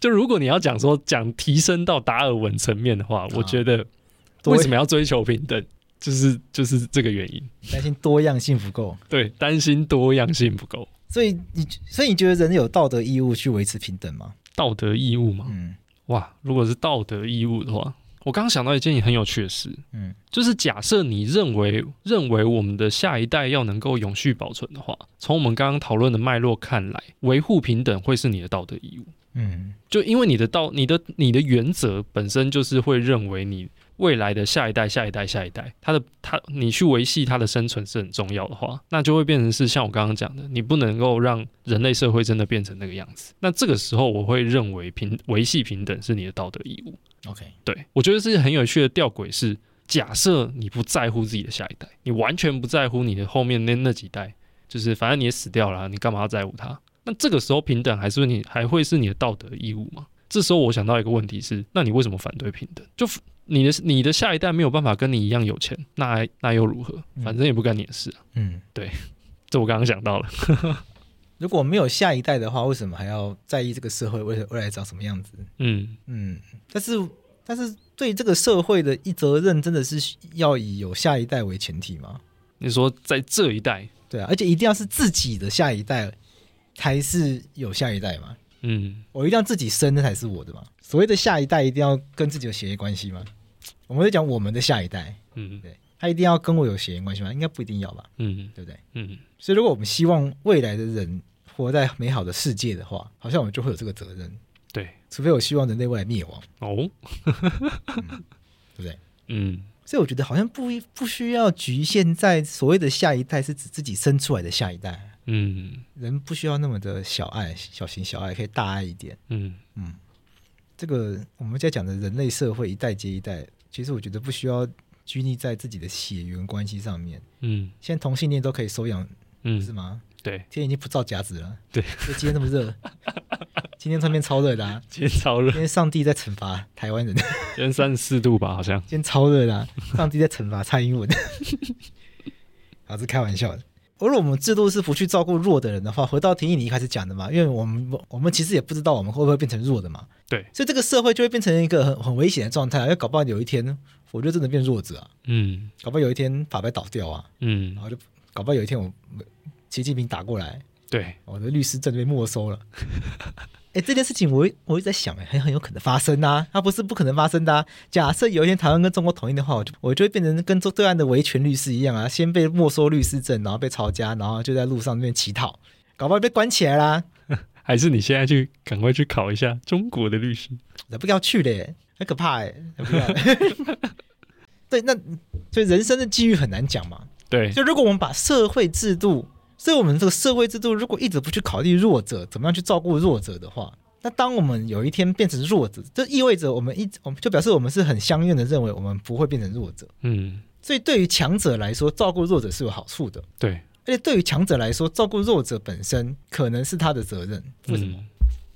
Speaker 3: 就如果你要讲说讲提升到达尔文层面的
Speaker 1: 啊
Speaker 3: 话，我觉得
Speaker 1: 多
Speaker 3: 为什么要追求平等，就是就是这个原因。
Speaker 1: 担心多样性不够，
Speaker 3: 对，担心多样性不够，
Speaker 1: 所以你所以你觉得人有道德义务去维持平等吗？
Speaker 3: 道德义务嘛。
Speaker 1: 嗯
Speaker 3: 哇，如果是道德义务的话，我刚刚想到一件很有趣的事，
Speaker 1: 嗯
Speaker 3: 就是假设你认为认为我们的下一代要能够永续保存的话，从我们刚刚讨论的脉络看来，维护平等会是你的道德义务。
Speaker 1: 嗯
Speaker 3: 就因为你的道、你的、你的原则本身就是会认为你未来的下一代、下一代、下一代，他的他，你去维系他的生存是很重要的话，那就会变成是像我刚刚讲的，你不能够让人类社会真的变成那个样子。那这个时候，我会认为平维系平等是你的道德义务。
Speaker 1: ，OK，
Speaker 3: 对我觉得是很有趣的吊诡是，假设你不在乎自己的下一代，你完全不在乎你的后面那那几代，就是反正你也死掉了啊，你干嘛要在乎他？那这个时候平等还是你还会是你的道德义务吗？这时候我想到一个问题是，那你为什么反对平等？就 f- 你的你的下一代没有办法跟你一样有钱，那还那又如何？反正也不干你的事啊。
Speaker 1: 嗯，
Speaker 3: 这我刚刚想到了，
Speaker 1: 如果没有下一代的话，为什么还要在意这个社会未未来长什么样子？
Speaker 3: 嗯
Speaker 1: 嗯，但是但是对这个社会的一责任，真的是要以有下一代为前提吗？
Speaker 3: 你说在这一代，
Speaker 1: 对啊，而且一定要是自己的下一代才是有下一代嘛。
Speaker 3: 嗯，
Speaker 1: 我一定要自己生，那才是我的嘛。所谓的下一代，一定要跟自己有血缘关系吗？我们在讲我们的下一代，
Speaker 3: 嗯
Speaker 1: 对他一定要跟我有血缘关系吗？应该不一定要吧，
Speaker 3: 嗯
Speaker 1: 对不对？
Speaker 3: 嗯，
Speaker 1: 所以如果我们希望未来的人活在美好的世界的话，好像我们就会有这个责任，
Speaker 3: 对，
Speaker 1: 除非我希望人类未来灭亡，
Speaker 3: 哦，
Speaker 1: 对不对？
Speaker 3: 嗯
Speaker 1: 所以我觉得好像不不需要局限在所谓的下一代是指自己生出来的下一代，
Speaker 3: 嗯
Speaker 1: 人不需要那么的小爱、小情小爱，可以大爱一点。
Speaker 3: 嗯，
Speaker 1: 这个我们在讲的人类社会一代接一代，其实我觉得不需要拘泥在自己的血缘关系上面。
Speaker 3: 嗯
Speaker 1: 现在同性恋都可以收养，不是
Speaker 3: 嗯，
Speaker 1: 吗？
Speaker 3: 对，
Speaker 1: 天已经不造夹子了，
Speaker 3: 对，
Speaker 1: 就今天这么 热，今天上面超热的、啊，
Speaker 3: 今天超热
Speaker 1: 今，天上帝在惩罚台湾人， 今
Speaker 3: 今天三十四度吧，好像。
Speaker 1: 天超热的、啊，上帝在惩罚蔡英文。 好，这开玩笑的。如果我们制度是不去照顾弱的人的话，回到田毅你一开始讲的嘛，因为我们我们其实也不知道我们会不会变成弱的嘛，
Speaker 3: 对，
Speaker 1: 所以这个社会就会变成一个很很危险的状态、啊，因为搞不好有一天我就真的变弱者啊，
Speaker 3: 嗯
Speaker 1: 搞不好有一天法白倒掉啊，
Speaker 3: 嗯
Speaker 1: 然，后就搞不好有一天我习近平打过来，
Speaker 3: 对，
Speaker 1: 我的律师证被没收了， 哎，这件事情我一我一直在想，哎，很很有可能发生啊，它不是不可能发生的啊。假设有一天台湾跟中国统一的话，我就我就会变成跟中对岸的维权律师一样啊，先被没收律师证，然后被抄家，然后就在路上那边乞讨，搞不好被关起来啦。
Speaker 3: 还是你现在去赶快去考一下中国的律师？
Speaker 1: 才不要去嘞，很可怕哎，才不要嘞。 对，那所以人生的际遇很难讲嘛。
Speaker 3: 对，
Speaker 1: 就如果我们把社会制度，所以我们这个社会制度如果一直不去考虑弱者，怎么样去照顾弱者的话，那当我们有一天变成弱者，这意味着我们一直我们就表示我们是很相应的认为我们不会变成弱者。
Speaker 3: 嗯，
Speaker 1: 所以对于强者来说，照顾弱者是有好处的，
Speaker 3: 对，
Speaker 1: 而且对于强者来说，照顾弱者本身可能是他的责任。为什么？
Speaker 3: 嗯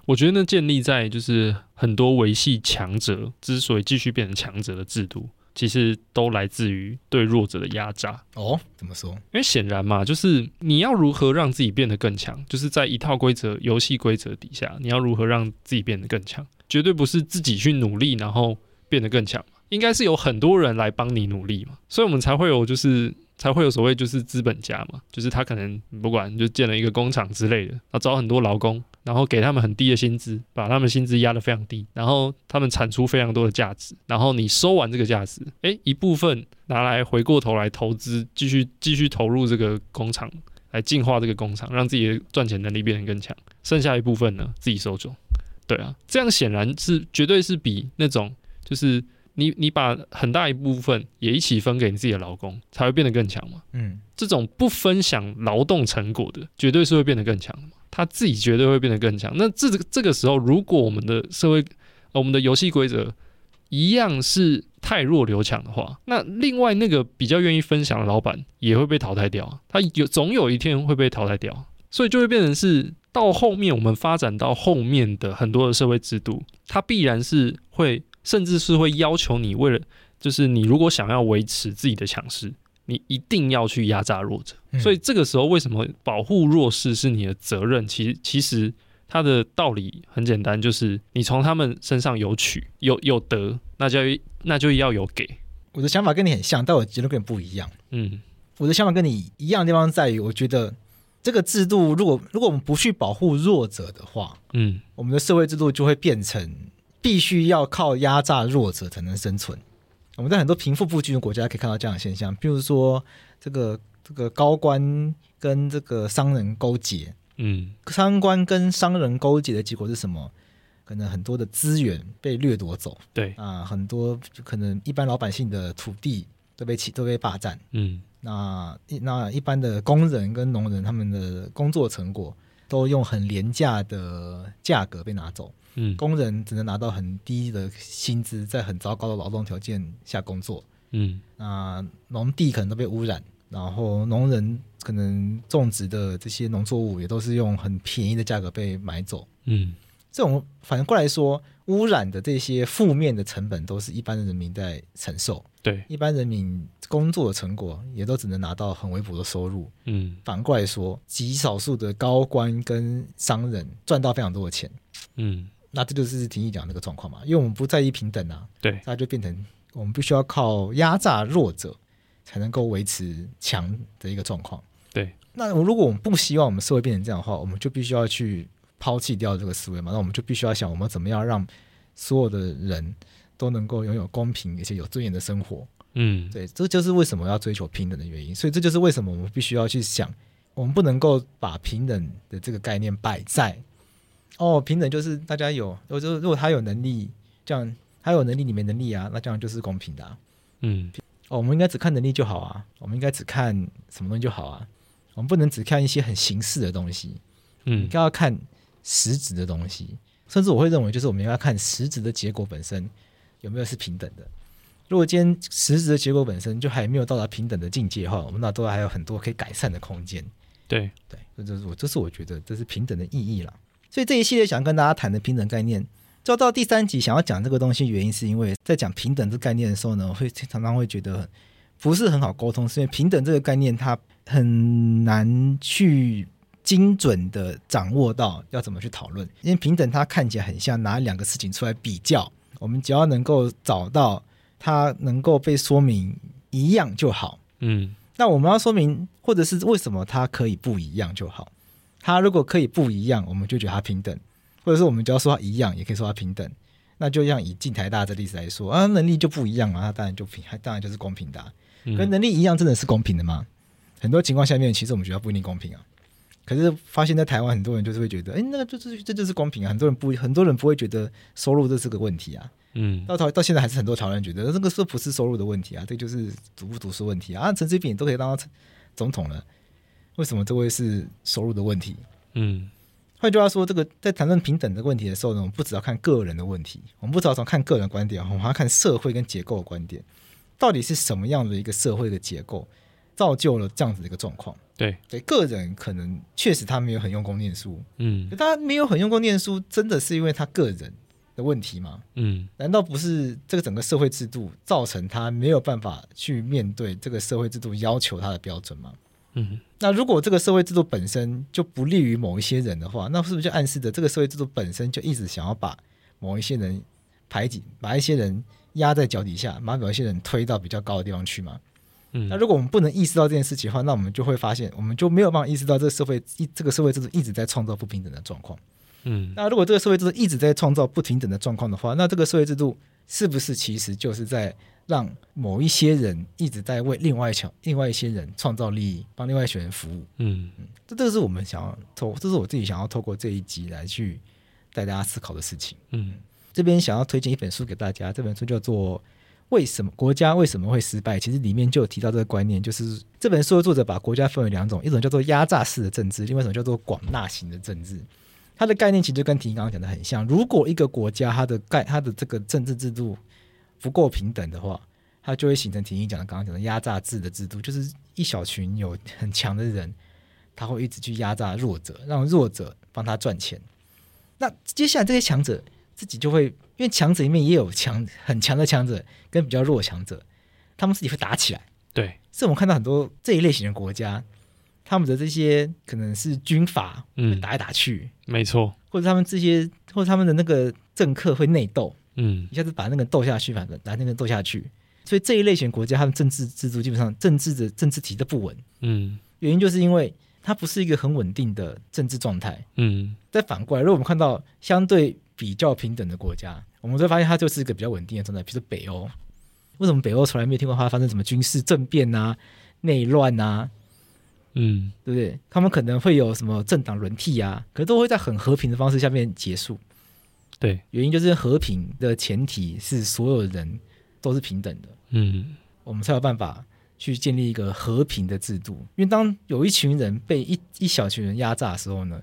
Speaker 3: 我觉得呢，建立在就是很多维系强者之所以继续变成强者的制度，其实都来自于对弱者的压榨。
Speaker 1: 哦，怎么说？
Speaker 3: 因为显然嘛，就是你要如何让自己变得更强，就是在一套规则、游戏规则底下，你要如何让自己变得更强，绝对不是自己去努力然后变得更强嘛，应该是有很多人来帮你努力嘛，所以我们才会有就是才会有所谓就是资本家嘛，就是他可能不管就建了一个工厂之类的，他找很多劳工，然后给他们很低的薪资，把他们薪资压得非常低，然后他们产出非常多的价值，然后你收完这个价值，诶，一部分拿来回过头来投资，继续继续投入这个工厂，来进化这个工厂，让自己的赚钱能力变得更强。剩下一部分呢，自己收走。对啊，这样显然是绝对是比那种就是你你把很大一部分也一起分给你自己的劳工，才会变得更强嘛。
Speaker 1: 嗯，
Speaker 3: 这种不分享劳动成果的，绝对是会变得更强的嘛。他自己绝对会变得更强。那这这个时候，如果我们的社会、呃我们的游戏规则一样是太弱留强的话，那另外那个比较愿意分享的老板也会被淘汰掉啊，他有总有一天会被淘汰掉啊，所以就会变成是到后面我们发展到后面的很多的社会制度，它必然是会甚至是会要求你为了就是你如果想要维持自己的强势，你一定要去压榨弱者。
Speaker 1: 嗯
Speaker 3: 所以这个时候，为什么保护弱势是你的责任？其实其实它的道理很简单，就是你从他们身上有取有有得，那就那就要有给。
Speaker 1: 我的想法跟你很像，但我觉得跟你不一样。
Speaker 3: 嗯
Speaker 1: 我的想法跟你一样的地方在于，我觉得这个制度，如果如果我们不去保护弱者的话，
Speaker 3: 嗯，
Speaker 1: 我们的社会制度就会变成必须要靠压榨弱者才能生存。我们在很多贫富不均的国家可以看到这样的现象，譬如说这个这个高官跟这个商人勾结，
Speaker 3: 嗯，
Speaker 1: 商官跟商人勾结的结果是什么？可能很多的资源被掠夺走
Speaker 3: 对，
Speaker 1: 啊、很多就可能一般老百姓的土地都被起都被霸占。
Speaker 3: 嗯
Speaker 1: 那一那一般的工人跟农人他们的工作成果都用很廉价的价格被拿走，
Speaker 3: 嗯
Speaker 1: 工人只能拿到很低的薪资，在很糟糕的劳动条件下工作。
Speaker 3: 嗯
Speaker 1: 那农地可能都被污染，然后农人可能种植的这些农作物也都是用很便宜的价格被买走。
Speaker 3: 嗯，
Speaker 1: 这种反过来说，污染的这些负面的成本都是一般的人民在承受。
Speaker 3: 对，
Speaker 1: 一般人民工作的成果也都只能拿到很微薄的收入。
Speaker 3: 嗯
Speaker 1: 反过来说，极少数的高官跟商人赚到非常多的钱，
Speaker 3: 嗯
Speaker 1: 那这就是廷义讲的那个状况嘛。因为我们不在意平等啊，
Speaker 3: 对，
Speaker 1: 那就变成我们必须要靠压榨弱者才能够维持强的一个状况。
Speaker 3: 对，
Speaker 1: 那我如果我们不希望我们社会变成这样的话，我们就必须要去抛弃掉这个思维嘛。那我们就必须要想，我们怎么样让所有的人都能够拥有公平而且有尊严的生活。
Speaker 3: 嗯
Speaker 1: 对，这就是为什么要追求平等的原因。所以这就是为什么我们必须要去想，我们不能够把平等的这个概念摆在哦，平等就是大家有，我就如果他有能力，这样他有能力，你没能力啊，那这样就是公平的、啊。
Speaker 3: 嗯
Speaker 1: 哦，我们应该只看能力就好啊，我们应该只看什么东西就好啊，我们不能只看一些很形式的东西，应
Speaker 3: 嗯
Speaker 1: 该要看实质的东西。甚至我会认为，就是我们应该看实质的结果本身有没有是平等的。如果今天实质的结果本身就还没有到达平等的境界的话，我们那都还有很多可以改善的空间。
Speaker 3: 对，
Speaker 1: 对，这就是我，这是我觉得这是平等的意义啦。所以这一系列想跟大家谈的平等概念，就到第三集想要讲这个东西，原因是因为在讲平等这概念的时候呢，我会常常会觉得不是很好沟通，是因为平等这个概念它很难去精准的掌握到要怎么去讨论，因为平等它看起来很像拿两个事情出来比较，我们只要能够找到它能够被说明一样就好。
Speaker 3: 嗯
Speaker 1: 那我们要说明，或者是为什么它可以不一样就好。它如果可以不一样，我们就觉得它平等；或者是我们只要说它一样，也可以说它平等。那就像以进台大这例子来说啊，能力就不一样啊，那当然就平，当然就是公平的、啊。
Speaker 3: 嗯
Speaker 1: 跟能力一样，真的是公平的吗？很多情况下面，其实我们学校不一定公平啊。可是发现，在台湾很多人就是会觉得，哎、那个这这这就是公平啊。很多人不，很多人不会觉得收入这是个问题啊。
Speaker 3: 嗯
Speaker 1: 到台到现在还是很多台湾人觉得这个是不是收入的问题啊，这就是读不读书问题啊。啊陈水扁都可以当到总统了，为什么这会是收入的问题？
Speaker 3: 嗯
Speaker 1: 换句话说，这个在谈论平等的问题的时候呢，我们不只要看个人的问题，我们不只要从看个人的观点，我们还要看社会跟结构的观点，到底是什么样的一个社会的结构造就了这样子的一个状况？
Speaker 3: 对，
Speaker 1: 对个人可能确实他没有很用功念书，
Speaker 3: 嗯
Speaker 1: 可他没有很用功念书，真的是因为他个人的问题吗？
Speaker 3: 嗯
Speaker 1: 难道不是这个整个社会制度造成他没有办法去面对这个社会制度要求他的标准吗？
Speaker 3: 嗯
Speaker 1: 那如果这个社会制度本身就不利于某一些人的话，那是不是就暗示着这个社会制度本身就一直想要把某一些人排挤，把一些人压在脚底下，把某一些人推到比较高的地方去嘛？
Speaker 3: 嗯，
Speaker 1: 那如果我们不能意识到这件事情的话，那我们就会发现，我们就没有办法意识到这个社会一这个社会制度一直在创造不平等的状况。
Speaker 3: 嗯
Speaker 1: 那如果这个社会制度一直在创造不平等的状况的话，那这个社会制度是不是其实就是在让某一些人一直在为另外一群另外一些人创造利益，帮另外一群人服务？
Speaker 3: 嗯
Speaker 1: 这这个是我们想要透，这是我自己想要透过这一集来去带大家思考的事情。
Speaker 3: 嗯
Speaker 1: 这边想要推荐一本书给大家，这本书叫做《为什么国家为什么会失败》。其实里面就有提到这个观念，就是这本书的作者把国家分为两种，一种叫做压榨式的政治，另外一种叫做广纳型的政治。它的概念其实就跟婷刚刚讲的很像。如果一个国家它的概它的这个政治制度不够平等的话，它就会形成婷婷讲的刚刚讲的压榨制的制度，就是一小群有很强的人，他会一直去压榨弱者，让弱者帮他赚钱。那接下来这些强者自己就会，因为强者里面也有强很强的强者跟比较弱的强者，他们自己会打起来。
Speaker 3: 对，
Speaker 1: 所以我们看到很多这一类型的国家，他们的这些可能是军阀
Speaker 3: 嗯
Speaker 1: 打来打去，
Speaker 3: 没错，
Speaker 1: 或者他们这些或者他们的那个政客会内斗，
Speaker 3: 嗯
Speaker 1: 一下子把那个斗下去，把把那个斗下去。所以这一类型国家，他们政治制度基本上政治的政治体的不稳，
Speaker 3: 嗯
Speaker 1: 原因就是因为它不是一个很稳定的政治状态。
Speaker 3: 嗯
Speaker 1: 再反过来，如果我们看到相对比较平等的国家，我们就会发现它就是一个比较稳定的状态。比如说北欧，为什么北欧从来没有听过它发生什么军事政变啊、内乱啊，
Speaker 3: 嗯
Speaker 1: 对不对？他们可能会有什么政党轮替啊，可是都会在很和平的方式下面结束。
Speaker 3: 对，
Speaker 1: 原因就是和平的前提是所有人都是平等的，
Speaker 3: 嗯
Speaker 1: 我们才有办法去建立一个和平的制度。因为当有一群人被一一小群人压榨的时候呢，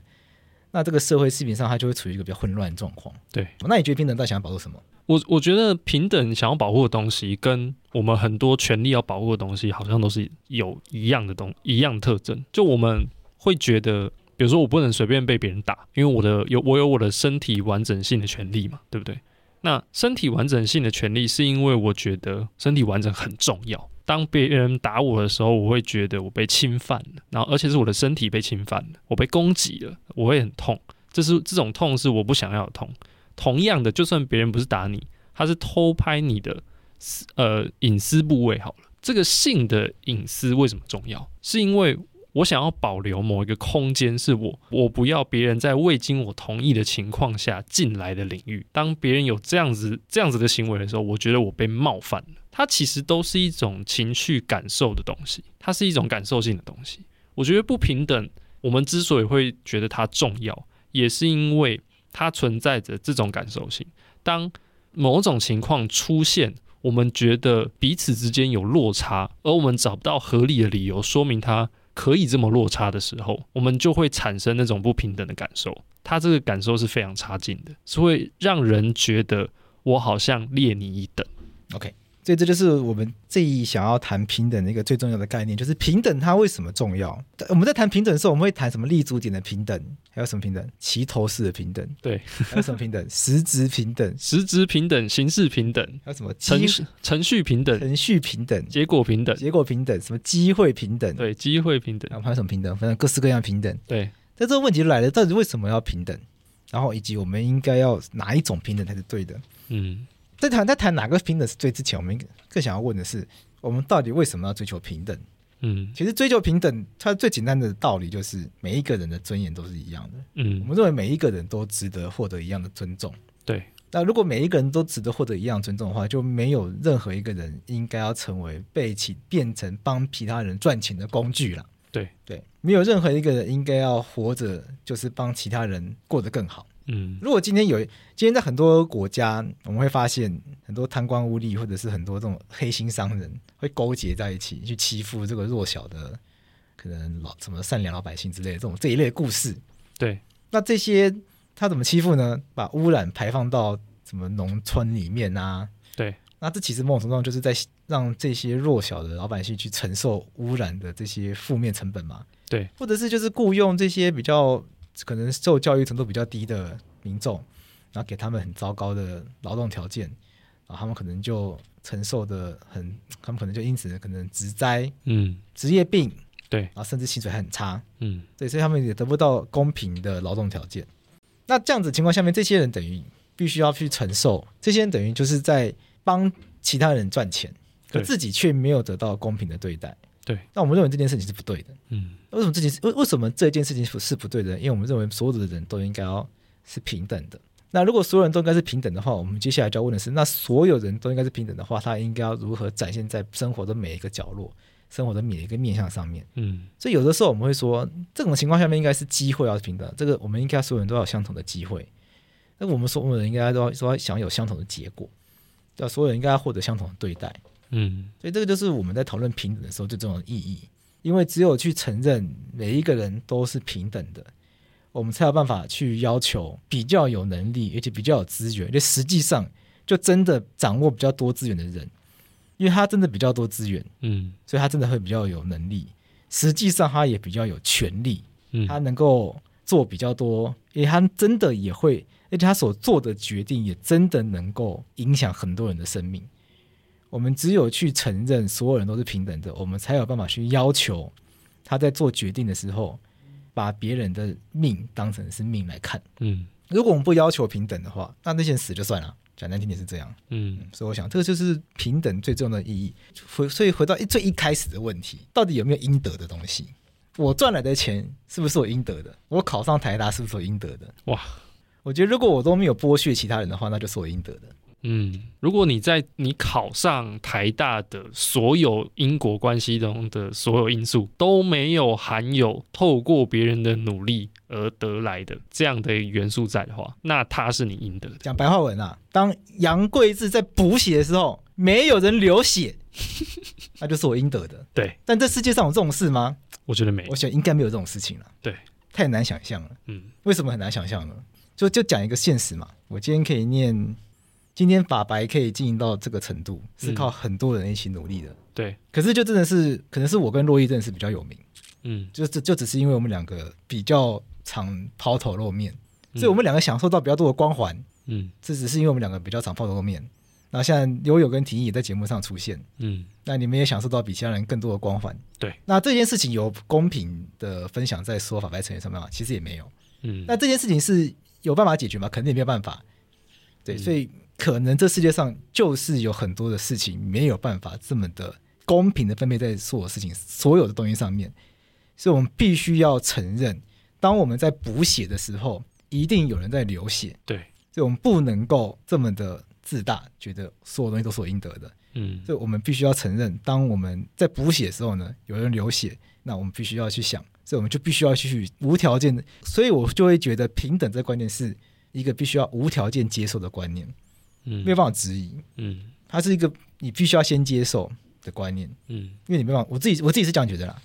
Speaker 1: 那这个社会基本上它就会处于一个比较混乱的状况。
Speaker 3: 对，
Speaker 1: 那你觉得平等到底想要保护什么？
Speaker 3: 我我觉得平等想要保护的东西，跟我们很多权利要保护的东西，好像都是有一样的东一样的特征。就我们会觉得，比如说我不能随便被别人打，因为我的有我有我的身体完整性的权利嘛，对不对？那身体完整性的权利，是因为我觉得身体完整很重要。当别人打我的时候，我会觉得我被侵犯了，然后而且是我的身体被侵犯了，我被攻击了，我会很痛。这是这种痛是我不想要的痛。同样的，就算别人不是打你，他是偷拍你的私呃隐私部位好了。这个性的隐私为什么重要？是因为我想要保留某一个空间，是我我不要别人在未经我同意的情况下进来的领域。当别人有这样子这样子的行为的时候，我觉得我被冒犯了。它其实都是一种情绪感受的东西，它是一种感受性的东西。我觉得不平等，我们之所以会觉得它重要，也是因为它存在着这种感受性。当某种情况出现，我们觉得彼此之间有落差，而我们找不到合理的理由说明它可以这么落差的时候，我们就会产生那种不平等的感受。它这个感受是非常差劲的，是会让人觉得我好像劣你一等。
Speaker 1: 所以这就是我们这一想要谈平等的一个最重要的概念，就是平等它为什么重要？我们在谈平等的时候，我们会谈什么立足点的平等，还有什么平等？齐头式的平等，
Speaker 3: 对，
Speaker 1: 还有什么平 等？实质平等，
Speaker 3: 实质平等、形式平等、
Speaker 1: 还有什么
Speaker 3: 程
Speaker 1: 机
Speaker 3: 序程序平等、
Speaker 1: 程序平等、
Speaker 3: 结果平等，
Speaker 1: 结果平等、什么机会平等？
Speaker 3: 对，机会平等
Speaker 1: 然，后还有什么平等？反正各式各样的平等。
Speaker 3: 对，
Speaker 1: 但这个问题就来了，到底为什么要平等？然后以及我们应该要哪一种平等才是对的？
Speaker 3: 嗯
Speaker 1: 在谈在谈哪个平等是对之前，我们更想要问的是，我们到底为什么要追求平等？
Speaker 3: 嗯
Speaker 1: 其实追求平等，它最简单的道理就是每一个人的尊严都是一样的。我
Speaker 3: 嗯，
Speaker 1: 们认为每一个人都值得获得一样的尊重。
Speaker 3: 对，
Speaker 1: 那如果每一个人都值得获得一样的尊重的话，就没有任何一个人应该要成为被其变成帮其他人赚钱的工具了。
Speaker 3: 对
Speaker 1: 对，没有任何一个人应该要活着就是帮其他人过得更好。
Speaker 3: 嗯
Speaker 1: 如果今天有，今天在很多国家，我们会发现很多贪官污吏，或者是很多这种黑心商人会勾结在一起，去欺负这个弱小的，可能老什么善良老百姓之类的这种这一类的故事。
Speaker 3: 对，
Speaker 1: 那这些他怎么欺负呢？把污染排放到什么农村里面啊？
Speaker 3: 对，
Speaker 1: 那这其实某种程度上就是在让这些弱小的老百姓去承受污染的这些负面成本嘛。
Speaker 3: 对，
Speaker 1: 或者是就是雇佣这些比较可能受教育程度比较低的民众，然后给他们很糟糕的劳动条件，然后他们可能就承受的很，他们可能就因此可能职灾、
Speaker 3: 嗯
Speaker 1: 职业病，
Speaker 3: 对
Speaker 1: 然后甚至薪水还很差。
Speaker 3: 嗯
Speaker 1: 对，所以他们也得不到公平的劳动条件。那这样子的情况下面，这些人等于必须要去承受，这些人等于就是在帮其他人赚钱，可
Speaker 3: 对
Speaker 1: 自己却没有得到公平的对待。
Speaker 3: 对，
Speaker 1: 那我们认为这件事情是不对的。
Speaker 3: 嗯
Speaker 1: 为什么这件事？为为什么这件事情不是不对的？因为我们认为所有的人都应该要是平等的。那如果所有人都应该是平等的话，我们接下来就要问的是：那所有人都应该是平等的话，他应该要如何展现在生活的每一个角落、生活的每一个面向上面？
Speaker 3: 嗯
Speaker 1: 所以有的时候我们会说，这种情况下面应该是机会要平等，这个我们应该所有人都要有相同的机会。那我们所有人应该都要说享有相同的结果，对吧？所有人应该要获得相同的对待。
Speaker 3: 嗯
Speaker 1: 所以这个就是我们在讨论平等的时候最重要的意义，因为只有去承认每一个人都是平等的，我们才有办法去要求比较有能力，而且比较有资源，而且实际上就真的掌握比较多资源的人，因为他真的比较多资源，
Speaker 3: 嗯
Speaker 1: 所以他真的会比较有能力，实际上他也比较有权利，
Speaker 3: 嗯，
Speaker 1: 他能够做比较多，因为他真的也会，而且他所做的决定也真的能够影响很多人的生命。我们只有去承认所有人都是平等的，我们才有办法去要求他在做决定的时候，把别人的命当成是命来看。
Speaker 3: 嗯
Speaker 1: 如果我们不要求平等的话，那那些人死就算了。讲难听点是这样，
Speaker 3: 嗯
Speaker 1: 所以我想这个就是平等最重要的意义。回所以回到一最一开始的问题，到底有没有应得的东西？我赚来的钱是不是我应得的？我考上台大是不是我应得的？
Speaker 3: 哇，
Speaker 1: 我觉得如果我都没有剥削其他人的话，那就是我应得的。
Speaker 3: 嗯，如果你在你考上台大的所有因果关系中的所有因素都没有含有透过别人的努力而得来的这样的元素在的话，那它是你应得的。
Speaker 1: 讲白话文啊，当杨贵志在补血的时候，没有人流 血，那就是我应得的。
Speaker 3: 对，
Speaker 1: 但这世界上有这种事吗？
Speaker 3: 我觉得没有
Speaker 1: 我。想应该没有这种事情了。
Speaker 3: 对，
Speaker 1: 太难想象了。
Speaker 3: 嗯
Speaker 1: 为什么很难想象呢？就就讲一个现实嘛，我今天可以念，今天法白可以经营到这个程度，
Speaker 3: 嗯
Speaker 1: 是靠很多人一起努力的。
Speaker 3: 对，
Speaker 1: 可是就真的是，可能是我跟洛伊真的是比较有名，
Speaker 3: 嗯，
Speaker 1: 就就就只是因为我们两个比较常抛头露面，
Speaker 3: 嗯
Speaker 1: 所以我们两个享受到比较多的光环。
Speaker 3: 嗯
Speaker 1: 这只是因为我们两个比较常抛头露面。那现在悠悠跟婷宜也在节目上出现，
Speaker 3: 嗯
Speaker 1: 那你们也享受到比其他人更多的光环。
Speaker 3: 对，
Speaker 1: 那这件事情有公平的分享在说法白成员上面吗？其实也没有。
Speaker 3: 嗯，
Speaker 1: 那这件事情是有办法解决吗？肯定也没有办法。对，
Speaker 3: 嗯
Speaker 1: 所以可能这世界上就是有很多的事情没有办法这么的公平的分配在所有事情、所有的东西上面，所以我们必须要承认，当我们在补血的时候，一定有人在流血，
Speaker 3: 对，
Speaker 1: 所以我们不能够这么的自大，觉得所有东西都是我应得的。
Speaker 3: 嗯
Speaker 1: 所以我们必须要承认，当我们在补血的时候呢，有人流血，那我们必须要去想，所以我们就必须要去无条件的。所以我就会觉得平等这个观念是一个必须要无条件接受的观念，
Speaker 3: 嗯，
Speaker 1: 没有办法质疑，
Speaker 3: 嗯
Speaker 1: 它是一个你必须要先接受的观念，
Speaker 3: 嗯
Speaker 1: 因为你没办法，我自己我自己是这样觉得啦。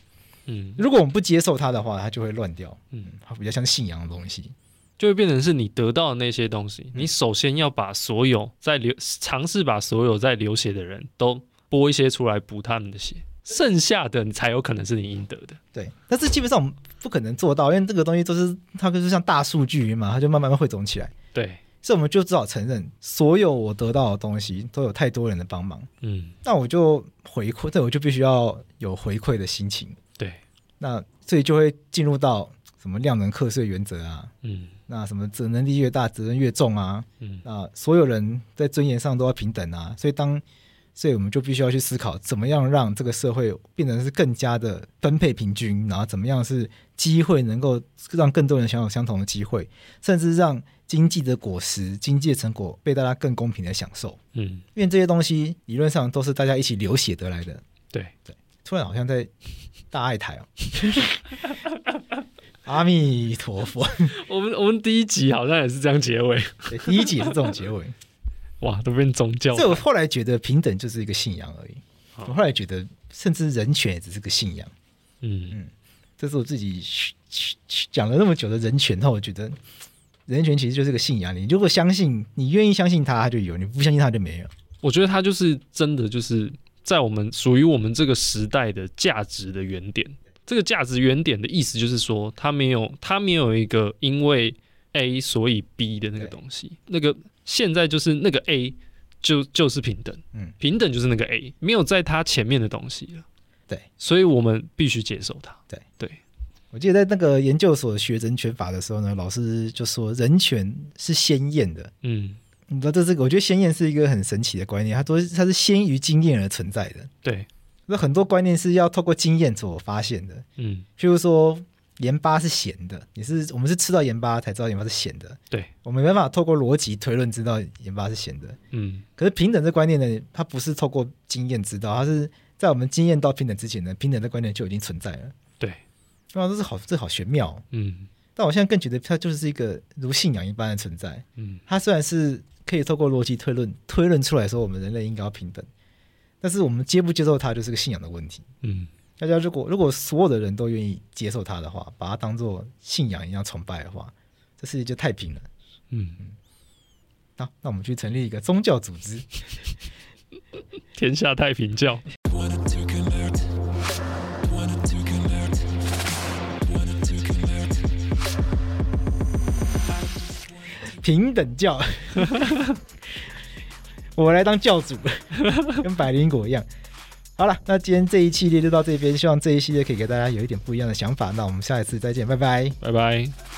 Speaker 3: 嗯，
Speaker 1: 如果我们不接受它的话，它就会乱掉，
Speaker 3: 嗯，
Speaker 1: 它比较像信仰的东西。
Speaker 3: 就会变成是你得到的那些东西，你首先要把所有在流尝试把所有在流血的人都拨一些出来补他们的血，剩下的你才有可能是你应得的。
Speaker 1: 对，但是基本上我们不可能做到，因为这个东西都是它就是像大数据嘛，它就慢慢慢汇总起来。
Speaker 3: 对，
Speaker 1: 所以我们就只好承认，所有我得到的东西都有太多人的帮忙，
Speaker 3: 嗯，
Speaker 1: 那我就回馈，对我就必须要有回馈的心情。
Speaker 3: 对，
Speaker 1: 那所以就会进入到什么量能课税原则啊，
Speaker 3: 嗯
Speaker 1: 那什么责能力越大，责任越重啊，
Speaker 3: 嗯
Speaker 1: 那所有人在尊严上都要平等啊。所以当所以我们就必须要去思考，怎么样让这个社会变成是更加的分配平均，然后怎么样是机会能够让更多人享有相同的机会，甚至让经济的果实、经济的成果被大家更公平的享受。
Speaker 3: 嗯，
Speaker 1: 因为这些东西理论上都是大家一起流血得来的。
Speaker 3: 对，
Speaker 1: 突然好像在大爱台哦， 阿弥陀佛。
Speaker 3: 我们我们第一集好像也是这样结尾，
Speaker 1: 对第一集也是这种结尾，
Speaker 3: 哇，都变宗教
Speaker 1: 所以我
Speaker 3: 了，
Speaker 1: 后来觉得平等就是一个信仰而已。
Speaker 3: 好
Speaker 1: 我后来觉得，甚至人权也只是个信仰。
Speaker 3: 嗯，
Speaker 1: 这是我自己嘘嘘嘘讲了那么久的人权后，我觉得人权其实就是个信仰。你如果相信，你愿意相信它，它就有；你不相信它就没有。
Speaker 3: 我觉得它就是真的就是在我们属于我们这个时代的价值的原点。这个价值原点的意思就是说，它没有它没有一个因为 A 所以 B 的那个
Speaker 1: 对
Speaker 3: 东西。那个现在就是那个 A 就就是平等，
Speaker 1: 嗯
Speaker 3: 平等就是那个 A，没有在它前面的东西了。
Speaker 1: 对，
Speaker 3: 所以我们必须接受它。
Speaker 1: 我记得在那个研究所学人权法的时候呢，老师就说人权是鲜艳的。
Speaker 3: 嗯，
Speaker 1: 你知道这是个，我觉得鲜艳是一个很神奇的观念，它都是它是先于经验而存在的。
Speaker 3: 对，
Speaker 1: 那很多观念是要透过经验所发现的，
Speaker 3: 嗯，
Speaker 1: 譬如说盐巴是咸的，你是我们是吃到盐巴才知道盐巴是咸的，
Speaker 3: 对，
Speaker 1: 我们没办法透过逻辑推论知道盐巴是咸的。
Speaker 3: 嗯，
Speaker 1: 可是平等这观念呢，它不是透过经验知道，它是在我们经验到平等之前呢，平等这观念就已经存在了。
Speaker 3: 对，
Speaker 1: 哇，这是好，这好玄妙哦、
Speaker 3: 嗯，
Speaker 1: 但我现在更觉得它就是一个如信仰一般的存在。
Speaker 3: 嗯，
Speaker 1: 它虽然是可以透过逻辑推论推论出来说我们人类应该要平等，但是我们接不接受它就是个信仰的问题。
Speaker 3: 嗯，
Speaker 1: 大家如果如果所有的人都愿意接受它的话，把它当做信仰一样崇拜的话，这世界就太平了。
Speaker 3: 嗯，
Speaker 1: 那、那我们去成立一个宗教组织，
Speaker 3: 天下太平教。
Speaker 1: 平等教， 我来当教主， 跟百灵果一样。好了，那今天这一系列就到这边，希望这一系列可以给大家有一点不一样的想法。那我们下一次再见，拜拜。
Speaker 3: 拜拜。